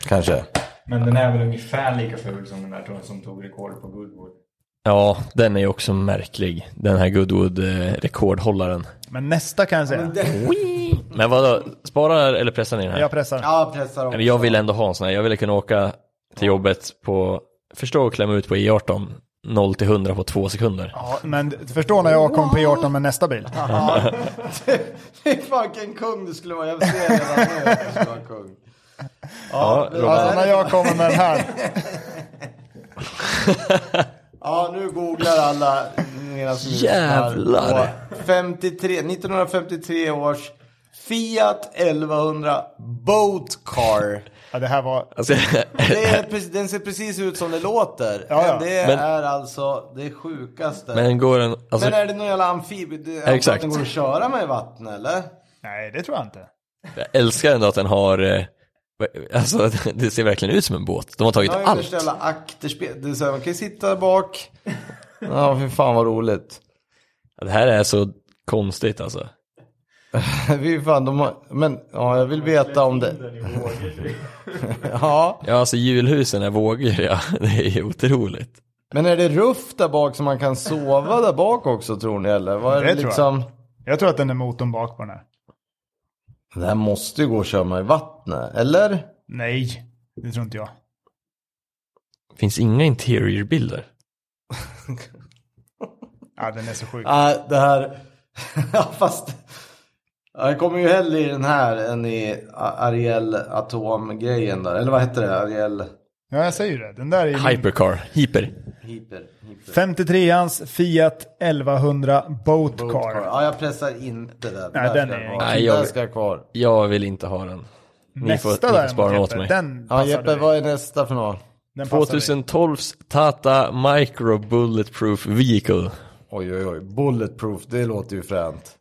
Speaker 1: Kanske.
Speaker 4: Men den är väl ungefär lika ful som den där tror jag, som tog rekord på Goodwood.
Speaker 2: Ja, den är ju också märklig. Den här Goodwood-rekordhållaren.
Speaker 3: men nästa kan jag säga.
Speaker 2: Men vadå, sparar eller pressar ni den här?
Speaker 3: Jag pressar.
Speaker 1: Ja, pressar också.
Speaker 2: Men jag vill ändå ha en sån här. Jag vill kunna åka till jobbet på... Förstå att klämma ut på E18, 0 till 100 på två sekunder.
Speaker 3: Ja, men förstå när jag kommer på E18 med nästa bil.
Speaker 1: Fy fan vilken kung du skulle vara. Jag ser redan nu att du skulle vara kung.
Speaker 2: Ja,
Speaker 3: Alltså när jag kommer med den här.
Speaker 1: Ja, nu googlar alla. medan vi lyssnar
Speaker 2: Jävlar.
Speaker 1: på 53, 1953 års Fiat 1100 Boat Car.
Speaker 3: Ja, det här var...
Speaker 2: Alltså,
Speaker 1: Det är, precis- den ser precis ut som det låter.
Speaker 3: Ja, ja.
Speaker 1: Men det
Speaker 2: Men-
Speaker 1: är alltså det sjukaste. Men,
Speaker 2: men går den... Alltså,
Speaker 1: är det någon jävla amfib... det-
Speaker 2: Exakt.
Speaker 1: Att den går att köra med i vatten eller?
Speaker 3: Nej, det tror jag inte.
Speaker 2: jag älskar ändå att den har... eh, Alltså, det ser verkligen ut som en båt. De har tagit
Speaker 1: Ja,
Speaker 2: allt.
Speaker 1: yttersta jävla akterspel. Det är så här, man kan ju sitta där bak. Ja, fy fan vad roligt.
Speaker 2: Ja, Det här är så konstigt alltså.
Speaker 1: Fy fan, de har... Men ja, jag vill veta om det.
Speaker 4: Den är vågig.
Speaker 1: Ja,
Speaker 2: Ja, alltså julhusen är vågor, ja. Det är ju otroligt.
Speaker 1: men är det ruff där bak så man kan sova där bak också tror ni eller? Vad är det,
Speaker 3: Det tror jag.
Speaker 1: liksom...
Speaker 3: Jag tror att den är motorn bak på den här.
Speaker 1: Det här måste ju gå att köra med i vattnet, eller?
Speaker 3: Nej, det tror inte jag.
Speaker 2: Finns inga interiorbilder.
Speaker 3: Ja, den är så sjuk.
Speaker 1: Nej, det här... ja, fast... Ja, Jag kommer ju hellre i den här än i A- Ariel Atom-grejen där. Eller vad hette det? Ariel
Speaker 3: Ja, jag säger ju det. Den där är ju... min-
Speaker 2: Hypercar, hyper.
Speaker 1: Hyper. Hyper.
Speaker 3: 53ans Fiat 1100 Boat
Speaker 1: Boat car.
Speaker 3: Car.
Speaker 1: Ja, jag pressar inte den.
Speaker 3: Nej,
Speaker 1: där
Speaker 3: den
Speaker 1: ska
Speaker 3: är-
Speaker 1: jag kvar.
Speaker 2: Nej, jag
Speaker 1: Den
Speaker 2: vet.
Speaker 1: ska jag kvar.
Speaker 2: Jag vill inte ha den. Ni får, ni
Speaker 3: Nästa
Speaker 2: får spara den
Speaker 3: däremot,
Speaker 2: åt
Speaker 3: Jeppe,
Speaker 2: mig.
Speaker 3: den
Speaker 1: Ja,
Speaker 3: passar
Speaker 1: Jeppe,
Speaker 3: dig.
Speaker 1: vad är nästa för något?
Speaker 3: Den passar dig.
Speaker 2: 2012s Tata Micro Bulletproof Vehicle.
Speaker 1: Oj, oj, oj. Bulletproof, det låter ju fränt.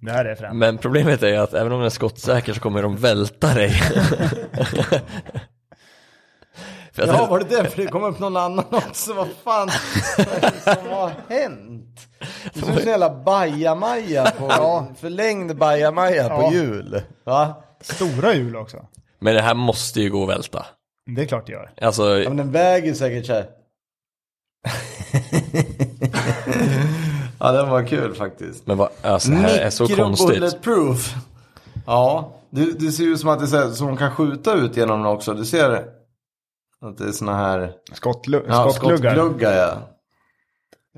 Speaker 3: Det här är främt.
Speaker 2: Men problemet är ju att även om den är skottsäker så kommer de välta dig. För att-
Speaker 1: Ja, var det det? För det kom upp någon annan också. Vad fan som har hänt? Det är som en jävla bajamaja på, förlängd bajamaja
Speaker 3: Ja.
Speaker 1: på jul. Va?
Speaker 3: Stora hjul också.
Speaker 2: Men det här måste ju gå att välta.
Speaker 3: Det är klart det gör.
Speaker 2: Alltså,
Speaker 1: Ja, men den väger säkert så här. ja, den var kul faktiskt.
Speaker 2: men vad, alltså, det här är så konstigt.
Speaker 1: Micro-bulletproof. Ja, det, det ser ju som att det är så här, som de kan skjuta ut genom den också. Du ser det? Att det är såna här
Speaker 3: Skottlu-
Speaker 1: ja,
Speaker 3: skottgluggar.
Speaker 1: skottgluggar. Ja.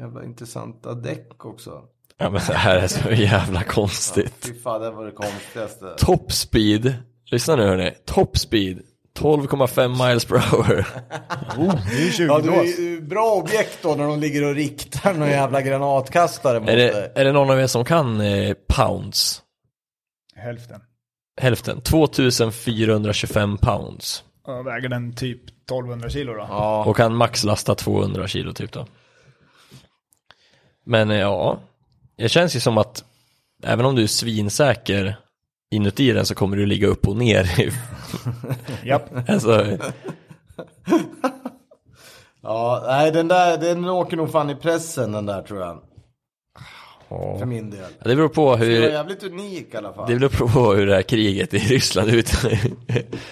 Speaker 1: Jävla intressanta däck också.
Speaker 2: Ja, men det här är så jävla konstigt.
Speaker 1: Fy fan, det var det konstigaste.
Speaker 2: Top speed, lyssna nu hörni, top speed 12,5 miles per hour.
Speaker 3: Oh, det är ju 20
Speaker 1: Ja, du är
Speaker 3: lås.
Speaker 1: ju bra objekt då när de ligger och riktar någon jävla granatkastare mot
Speaker 2: Är
Speaker 1: dig.
Speaker 2: det, är det någon av er som kan eh, pounds?
Speaker 3: Hälften.
Speaker 2: Hälften, 2425 pounds.
Speaker 3: Ja, väger den typ 1200 kilo då?
Speaker 1: Ja,
Speaker 2: Och kan max lasta 200 kilo typ då. Men eh, ja, det känns ju som att även om du är svinsäker inuti den så kommer du ligga upp och ner. i-
Speaker 3: Japp.
Speaker 2: alltså,
Speaker 1: ja nej den där, den åker nog fan i pressen den där tror jag. För min del.
Speaker 2: det beror på
Speaker 1: Det var
Speaker 2: hur...
Speaker 1: jävligt unik i alla fall.
Speaker 2: Det beror på hur det här kriget i Ryssland ut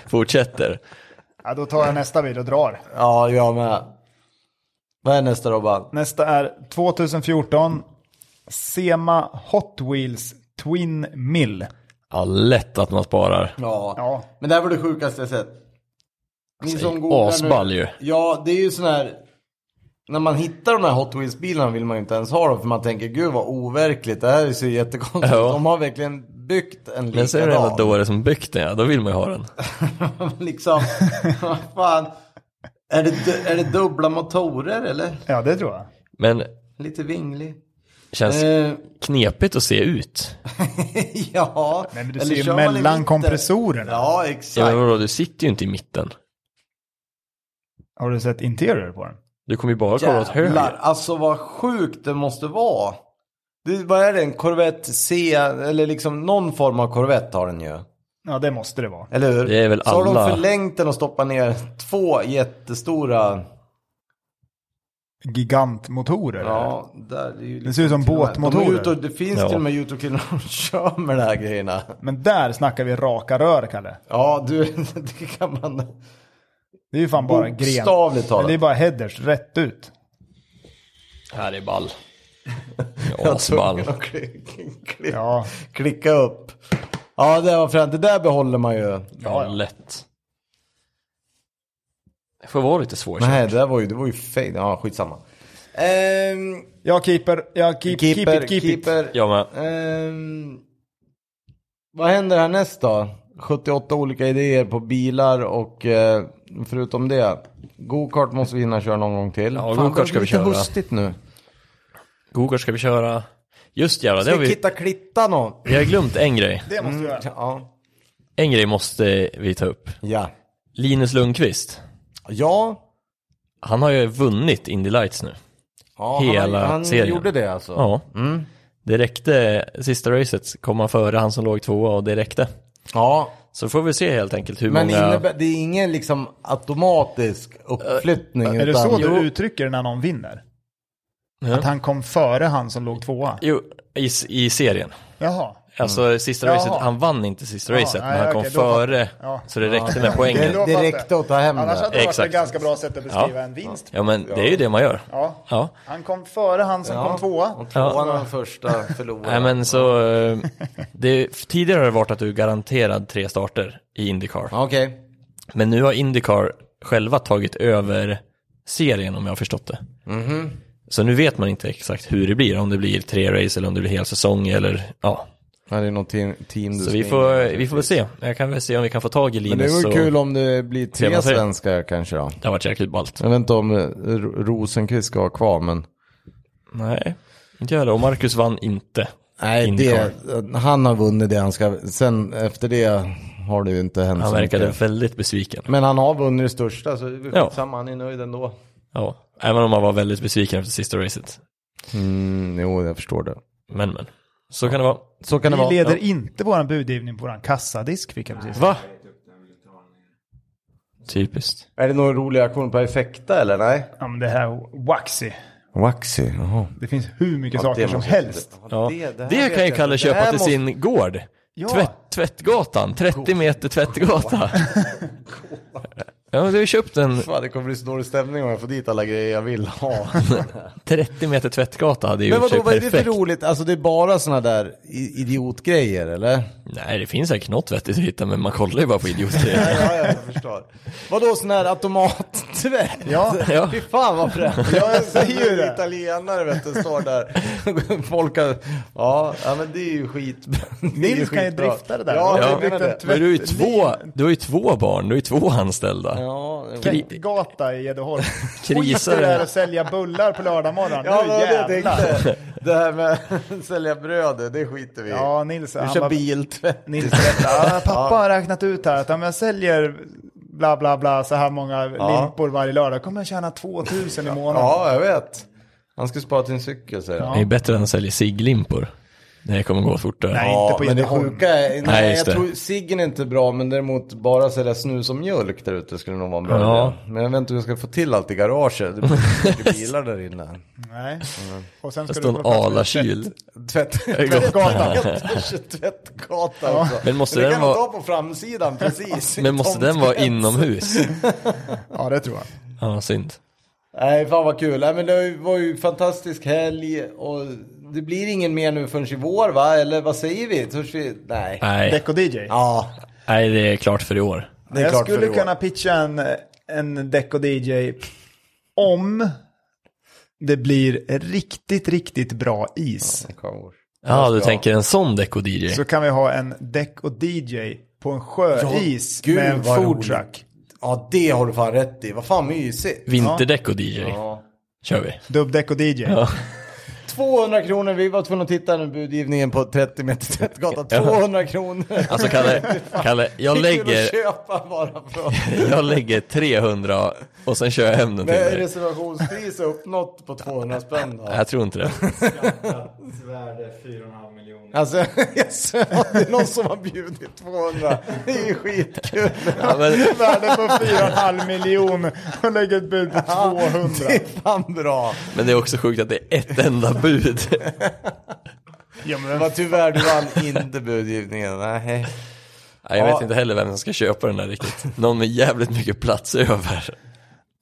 Speaker 2: fortsätter.
Speaker 3: Ja, då tar jag nästa bil och drar.
Speaker 1: Ja, jag med. Vad är nästa Robban?
Speaker 3: Nästa är 2014. Sema Hot Wheels Twin Mill.
Speaker 2: Ja, lätt att man sparar.
Speaker 1: Ja.
Speaker 3: Ja.
Speaker 1: Men det här var det sjukaste jag sett. Ni som googlar
Speaker 2: Asball
Speaker 1: nu-
Speaker 2: ju.
Speaker 1: Ja, det är ju sån här. När man hittar de här Hot Wheels-bilarna vill man ju inte ens ha dem. För man tänker, gud vad overkligt. Det här ser ju jättekonstigt
Speaker 2: Ja.
Speaker 1: ut. De har verkligen byggt en likadan.
Speaker 2: Men så är det ändå dåre som byggt den, ja, då vill man ju ha den.
Speaker 1: liksom, vad fan. Är det, du- är det dubbla motorer eller?
Speaker 3: Ja, det tror jag.
Speaker 2: Men
Speaker 1: Lite vinglig.
Speaker 2: känns
Speaker 1: Eh,
Speaker 2: knepigt att se ut.
Speaker 1: ja.
Speaker 3: Nej, men du
Speaker 1: eller
Speaker 3: ser ju
Speaker 1: kör man i
Speaker 3: mellan
Speaker 1: mitten?
Speaker 3: kompressorerna.
Speaker 1: Ja,
Speaker 2: Ja,
Speaker 1: exakt.
Speaker 2: men vadå, du sitter ju inte i mitten.
Speaker 3: Har du sett interior på den?
Speaker 2: Du kommer ju bara kolla åt
Speaker 1: Jävlar,
Speaker 2: höger.
Speaker 1: alltså vad sjukt det måste vara. Det, vad är det, en Corvette C, eller liksom någon form av Corvette har den ju.
Speaker 3: Ja, det måste det vara.
Speaker 1: Eller hur?
Speaker 2: Det är väl
Speaker 1: Så har de
Speaker 2: alla.
Speaker 1: förlängt den och stoppat ner två jättestora,
Speaker 3: Gigantmotorer.
Speaker 1: ja, där. Det, är ju liksom
Speaker 3: ser ut som
Speaker 1: till och med-
Speaker 3: båtmotorer.
Speaker 1: de är ute och- Det finns
Speaker 2: Ja.
Speaker 1: till och med Youtube-killar som kör med de här grejerna.
Speaker 3: Men där snackar vi raka rör, Kalle.
Speaker 1: Ja, du, det kan man...
Speaker 3: Det är ju fan bara gren.
Speaker 1: Bokstavligt talat.
Speaker 3: Det är bara headers rätt ut.
Speaker 2: Här är ball.
Speaker 1: Tungan
Speaker 2: Asball.
Speaker 1: och klick- klick-
Speaker 3: Ja,
Speaker 1: Klicka upp. Ja, det var fränt. Det där behåller man ju.
Speaker 2: Ja, lätt. Det får vara lite svårt.
Speaker 1: Nej, det där var ju, det var ju fejk. Ja, skitsamma. Ehm,
Speaker 3: jag keeper, jag keep,
Speaker 1: keeper,
Speaker 3: keep it, keep it.
Speaker 1: keeper.
Speaker 2: Jag med.
Speaker 1: Ehm, vad händer härnäst då? 78 olika idéer på bilar och eh, förutom det. Go-kart måste vi hinna köra någon gång till.
Speaker 2: Ja,
Speaker 1: Fan,
Speaker 2: go-kart
Speaker 1: det
Speaker 2: ska vi
Speaker 1: blir lite
Speaker 2: köra.
Speaker 1: hustigt nu.
Speaker 2: Google ska vi köra. Just jävlar, det
Speaker 1: Ska
Speaker 2: har
Speaker 1: vi
Speaker 2: vi,
Speaker 1: kitta klitta någon?
Speaker 3: Mm.
Speaker 2: vi har glömt en grej.
Speaker 3: Det måste vi
Speaker 1: Mm.
Speaker 3: göra.
Speaker 1: Ja.
Speaker 2: En grej måste vi ta upp.
Speaker 1: Ja.
Speaker 2: Linus Lundqvist.
Speaker 1: Ja.
Speaker 2: Han har ju vunnit Indy Lights nu.
Speaker 1: ja
Speaker 2: Hela
Speaker 1: han, han
Speaker 2: serien.
Speaker 1: gjorde det alltså.
Speaker 2: Ja.
Speaker 3: Mm.
Speaker 2: Det räckte, sista racet kom han före han som låg tvåa och det räckte.
Speaker 1: ja.
Speaker 2: Så får vi se helt enkelt hur
Speaker 1: Men
Speaker 2: många...
Speaker 1: innebär, det är ingen liksom automatisk uppflyttning.
Speaker 3: Är det
Speaker 1: utan,
Speaker 3: så du
Speaker 2: Jo.
Speaker 3: uttrycker det när någon vinner?
Speaker 2: Ja.
Speaker 3: Att han kom före han som låg tvåa?
Speaker 2: Jo, i, i serien.
Speaker 3: Jaha.
Speaker 2: Alltså sista
Speaker 3: Mm. Jaha.
Speaker 2: racet, han vann inte sista
Speaker 3: Jaha,
Speaker 2: racet, men
Speaker 3: nej,
Speaker 2: han kom
Speaker 3: okej, då
Speaker 2: före.
Speaker 3: fattar jag. Ja.
Speaker 2: Så det räckte med poängen.
Speaker 1: Det räckte att ta hem
Speaker 3: Annars
Speaker 1: det.
Speaker 3: hade det varit
Speaker 2: Exakt.
Speaker 3: ett ganska bra sätt att beskriva en vinst.
Speaker 2: Ja men det är ju det man gör.
Speaker 3: Ja.
Speaker 2: Ja.
Speaker 3: Han kom före han som kom tvåa.
Speaker 1: Och tvåan var den första förloraren.
Speaker 2: Nej men så, eh, det, tidigare har det varit att du är garanterad tre starter i Indycar.
Speaker 1: Okej.
Speaker 2: Men nu har Indycar själva tagit över serien om jag har förstått det.
Speaker 1: Mhm.
Speaker 2: Så nu vet man inte exakt hur det blir, om det blir tre race eller om det blir hel säsong eller ja.
Speaker 1: Ja, det är något team, team du
Speaker 2: Så vi
Speaker 1: ska
Speaker 2: får,
Speaker 1: in i.
Speaker 2: vi får väl se. Jag kan väl se om vi kan få tag i
Speaker 1: Men det
Speaker 2: Linus.
Speaker 1: vore
Speaker 2: och-
Speaker 1: kul om det blir
Speaker 2: Se
Speaker 1: tre
Speaker 2: vad säger.
Speaker 1: svenskar kanske då.
Speaker 2: Det har varit jäkligt ballt.
Speaker 1: Jag vet inte om eh, Ro- Rosenqvist ska vara kvar men.
Speaker 2: Nej, inte jag heller. Och Marcus vann inte.
Speaker 1: Nej,
Speaker 2: Indycar.
Speaker 1: det, han har vunnit det han ska. Sen efter det har det ju inte hänt
Speaker 2: Han
Speaker 1: så
Speaker 2: verkade
Speaker 1: mycket.
Speaker 2: väldigt besviken.
Speaker 1: Men han har vunnit det största så det är väl
Speaker 2: Ja.
Speaker 1: skitsamma, han är nöjd ändå.
Speaker 2: Ja, även om han var väldigt besviken efter sista racet.
Speaker 1: Mm, jo, jag förstår det.
Speaker 2: Men men, så kan det vara.
Speaker 1: Så kan det
Speaker 3: Vi
Speaker 1: vara.
Speaker 3: leder inte våran budgivning på våran kassadisk fick jag precis.
Speaker 2: Va? Typiskt.
Speaker 1: Är det någon rolig aktion på Effekta eller nej?
Speaker 3: Ja men det här Waxy.
Speaker 1: Waxy, jaha.
Speaker 3: Det finns hur mycket saker
Speaker 1: det
Speaker 3: som
Speaker 1: måste-
Speaker 3: helst.
Speaker 2: Ja.
Speaker 1: det-
Speaker 2: Det,
Speaker 1: det här vet
Speaker 2: kan ju
Speaker 1: jag
Speaker 2: Kalle
Speaker 1: inte. Det
Speaker 2: köpa
Speaker 1: här
Speaker 2: till
Speaker 1: måste-
Speaker 2: sin gård.
Speaker 3: Ja.
Speaker 2: Tvätt, tvättgatan, 30 meter tvättgata. Ja, men du har ju köpt en
Speaker 1: Fan, det kommer bli så dålig stämning om jag får dit alla grejer jag vill ha.
Speaker 2: 30 meter tvättgata hade ju
Speaker 1: Men
Speaker 2: i och för
Speaker 1: vadå, vad
Speaker 2: sig
Speaker 1: är det för
Speaker 2: perfekt.
Speaker 1: roligt? Alltså det är bara sådana där i- idiotgrejer eller?
Speaker 2: Nej, det finns säkert något vettigt att hitta, men man kollar ju bara på idiotgrejer.
Speaker 1: Ja, jag förstår. Vadå sån här automattvätt?
Speaker 3: Ja.
Speaker 2: Ja.
Speaker 1: Fy fan vad fränt. Jag
Speaker 3: säger ju det.
Speaker 1: Italienare vet du, står där. Folk har... Ja, ja men det är ju skit. det är
Speaker 3: Nils kan ju
Speaker 1: skitbra.
Speaker 3: drifta det där.
Speaker 1: Ja,
Speaker 3: Ja.
Speaker 1: jag menar det.
Speaker 2: Men du har ju två, du har ju två barn, du har ju två anställda.
Speaker 1: Ja, det var-
Speaker 3: Tvättgata i Gäddeholm.
Speaker 2: Krisar.
Speaker 3: Skiter där och sälja bullar på lördag morgon.
Speaker 1: ja
Speaker 3: nu
Speaker 1: men det tänkte
Speaker 3: jävlar.
Speaker 1: jag. Det här med att sälja bröd, det skiter vi i.
Speaker 3: Ja, Nils.
Speaker 1: Vi
Speaker 3: Han
Speaker 1: kör
Speaker 3: bara,
Speaker 1: biltvätt.
Speaker 3: Nils berättar, "Ah, pappa har räknat ut här att om jag säljer bla bla bla så här många limpor varje lördag kommer jag tjäna 2000 i månaden.
Speaker 1: Ja, jag vet. Han ska spara till en cykel säger han.
Speaker 2: Det är bättre än att sälja ciglimpor. Det kommer gå fortare.
Speaker 3: Nej.
Speaker 1: Ja,
Speaker 3: inte på
Speaker 1: men det
Speaker 3: Gävleholm.
Speaker 1: sjuka är, nej,
Speaker 2: Nej, just
Speaker 1: jag
Speaker 2: det.
Speaker 1: tror ciggen är inte bra, men däremot bara sälja snus och mjölk där ute skulle nog vara en bra
Speaker 2: Ja.
Speaker 1: idé. Men jag vet inte hur jag ska få till allt i garaget. Det blir så mycket bilar där inne.
Speaker 3: Nej. Och sen
Speaker 2: Det
Speaker 3: ska
Speaker 2: står
Speaker 3: du
Speaker 2: en
Speaker 3: få plats med
Speaker 2: alakyl.
Speaker 1: Tvätt,
Speaker 3: Tvättgatan.
Speaker 1: tvättgata också.
Speaker 2: Men måste
Speaker 1: det
Speaker 2: den
Speaker 1: kan man
Speaker 2: vara-
Speaker 1: ta på framsidan, precis.
Speaker 2: Men måste den vara inomhus?
Speaker 3: Ja, det tror jag.
Speaker 2: Ja, synd.
Speaker 1: Nej, fan vad kul. Nej, men det var ju fantastisk helg och det blir ingen mer nu förrän i vår va? Eller vad säger vi? Törs vi? Nej.
Speaker 2: Nej,
Speaker 3: Deco DJ.
Speaker 1: Ja,
Speaker 2: nej, det är klart för i år.
Speaker 1: det är
Speaker 3: jag
Speaker 1: klart för
Speaker 3: skulle
Speaker 1: i år.
Speaker 3: kunna pitcha en, en Deco DJ om det blir riktigt, riktigt bra is.
Speaker 2: Ja, du tänker en sån Deco-DJ.
Speaker 3: Så kan vi ha en Deco DJ på en sjöis
Speaker 1: Ja, gud,
Speaker 3: med en
Speaker 1: vad
Speaker 3: food
Speaker 1: roligt.
Speaker 3: truck.
Speaker 1: Ja, det har du fan rätt i. Vad fan mysigt.
Speaker 2: Vinterdeco-DJ kör vi.
Speaker 3: Dubbdäck och DJ.
Speaker 1: 200 kronor, vi var tvungna att titta nu budgivningen på 30 meter tvättgatan. 200 kronor.
Speaker 2: Alltså Kalle, Kalle jag,
Speaker 1: Det är kul
Speaker 2: lägger,
Speaker 1: att köpa bara från
Speaker 2: jag lägger 300 och sen kör jag hem den till
Speaker 1: med
Speaker 2: dig.
Speaker 1: reservationspris uppnått på 200 spänn då.
Speaker 2: Jag tror inte det.
Speaker 4: Hans värde 4,5 miljoner.
Speaker 1: Alltså, yes, det är någon som har bjudit 200. Det är ju skitkul.
Speaker 2: Ja, men,
Speaker 3: Värde på 4,5 miljon och lägger ett bud på 200.
Speaker 1: Det är fan bra.
Speaker 2: men det är också sjukt att det är ett enda bud.
Speaker 3: Ja,
Speaker 1: Det
Speaker 3: men
Speaker 1: var tyvärr du vann inte budgivningen. Nej.
Speaker 2: Nej, jag
Speaker 1: Ja.
Speaker 2: vet inte heller vem som ska köpa den där riktigt. Någon med jävligt mycket plats över.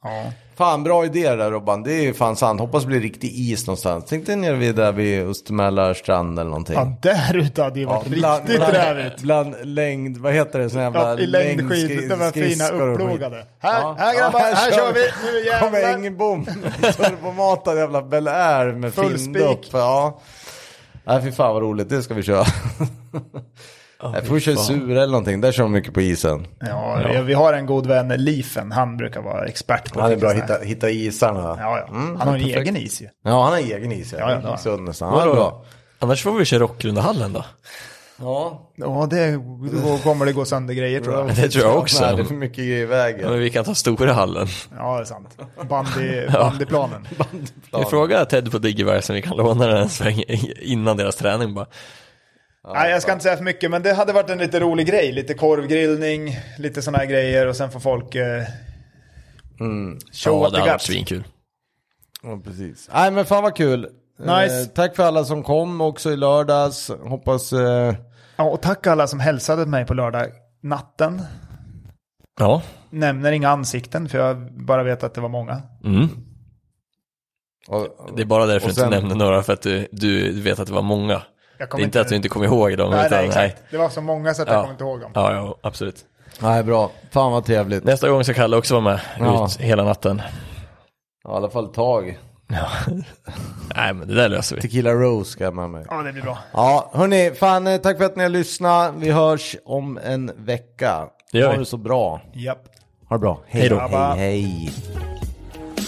Speaker 3: ja.
Speaker 1: Fan, bra idé det där Robban. Det är ju fan sant. Hoppas det blir riktig is någonstans. Tänk dig nere vid där vid Östermälar strand eller någonting.
Speaker 3: ja, där ute hade ju
Speaker 1: Ja,
Speaker 3: varit riktigt rävigt.
Speaker 1: Bland längd, vad heter det, sån jävla
Speaker 3: Ja, I längdskid,
Speaker 1: längdskri-
Speaker 3: de här fina
Speaker 1: skridskor och skit.
Speaker 3: upplogade. Här,
Speaker 1: Ja.
Speaker 3: här grabbar,
Speaker 1: Ja,
Speaker 3: här, kör vi! Nu
Speaker 1: Kommer
Speaker 3: jävlar!
Speaker 1: Engbom, turbomatad jävla Bel Air med
Speaker 3: Full
Speaker 1: findupp.
Speaker 3: spik.
Speaker 1: Ja. Nej fy fan vad roligt, det ska vi köra. Nej, får vi köra sur eller någonting, där kör de mycket på isen.
Speaker 3: Ja, vi har en god vän, Lifen, han brukar vara expert på
Speaker 1: Han är bra att hitta,
Speaker 3: sådana
Speaker 1: Mm,
Speaker 3: här.
Speaker 1: hitta isarna. Ja.
Speaker 3: Ja, ja. Han har en egen is ju.
Speaker 1: han har egen is.
Speaker 3: Ja, ja, det har han.
Speaker 1: Sund nästan. Han är bra.
Speaker 2: Annars får vi köra Rocklundahallen då.
Speaker 1: Ja,
Speaker 3: Ja, det, då kommer det gå sönder grejer tror jag.
Speaker 2: Det tror jag också.
Speaker 1: Nej, det är för mycket grejer i vägen.
Speaker 2: Ja, men vi kan ta stora hallen.
Speaker 3: Ja, det är sant. Bandy, bandyplanen.
Speaker 2: Vi frågar Ted på Digiberg som vi kan låna den en sväng innan deras träning bara.
Speaker 3: Nej, jag ska inte säga för mycket, men det hade varit en lite rolig grej. Lite korvgrillning, lite sådana här grejer och sen får folk... Eh, show
Speaker 2: Mm. Ja,
Speaker 3: what
Speaker 2: det hade
Speaker 3: they
Speaker 2: varit
Speaker 3: got.
Speaker 2: svinkul.
Speaker 1: Ja, precis. Nej, men fan vad kul.
Speaker 3: Nice.
Speaker 1: Eh, tack för alla som kom också i lördags. Hoppas... Eh,
Speaker 3: Ja, och tack alla som hälsade mig på lördag natten.
Speaker 2: Ja.
Speaker 3: Nämner inga ansikten, för jag bara vet att det var många.
Speaker 2: Mm.
Speaker 1: och,
Speaker 2: Det är bara därför
Speaker 1: Och
Speaker 2: du
Speaker 1: sen-
Speaker 2: inte nämnde några, för att du, du vet att det var många.
Speaker 3: Jag
Speaker 2: Det
Speaker 3: kommer
Speaker 2: är inte att du inte kommer ihåg dem.
Speaker 3: Nej,
Speaker 2: utan,
Speaker 3: nej, exakt. Det var så många så att jag
Speaker 2: Ja.
Speaker 3: kommer inte ihåg dem.
Speaker 2: Ja, ja, absolut.
Speaker 1: nej, bra. Fan vad trevligt.
Speaker 2: Nästa gång ska Kalle också vara med
Speaker 1: Ja.
Speaker 2: ut hela natten.
Speaker 1: Ja, I alla fall ett tag.
Speaker 2: Ja. nej, men det där löser vi.
Speaker 1: Tequila Rose ska jag med mig.
Speaker 3: Ja, det blir bra.
Speaker 1: Ja, hörni. Fan, eh, tack för att ni har lyssnat. Vi hörs om en vecka.
Speaker 2: Det gör
Speaker 1: ha
Speaker 2: vi.
Speaker 1: det så bra.
Speaker 3: Japp.
Speaker 1: Ha det bra.
Speaker 2: Hej då.
Speaker 1: Hej, hej.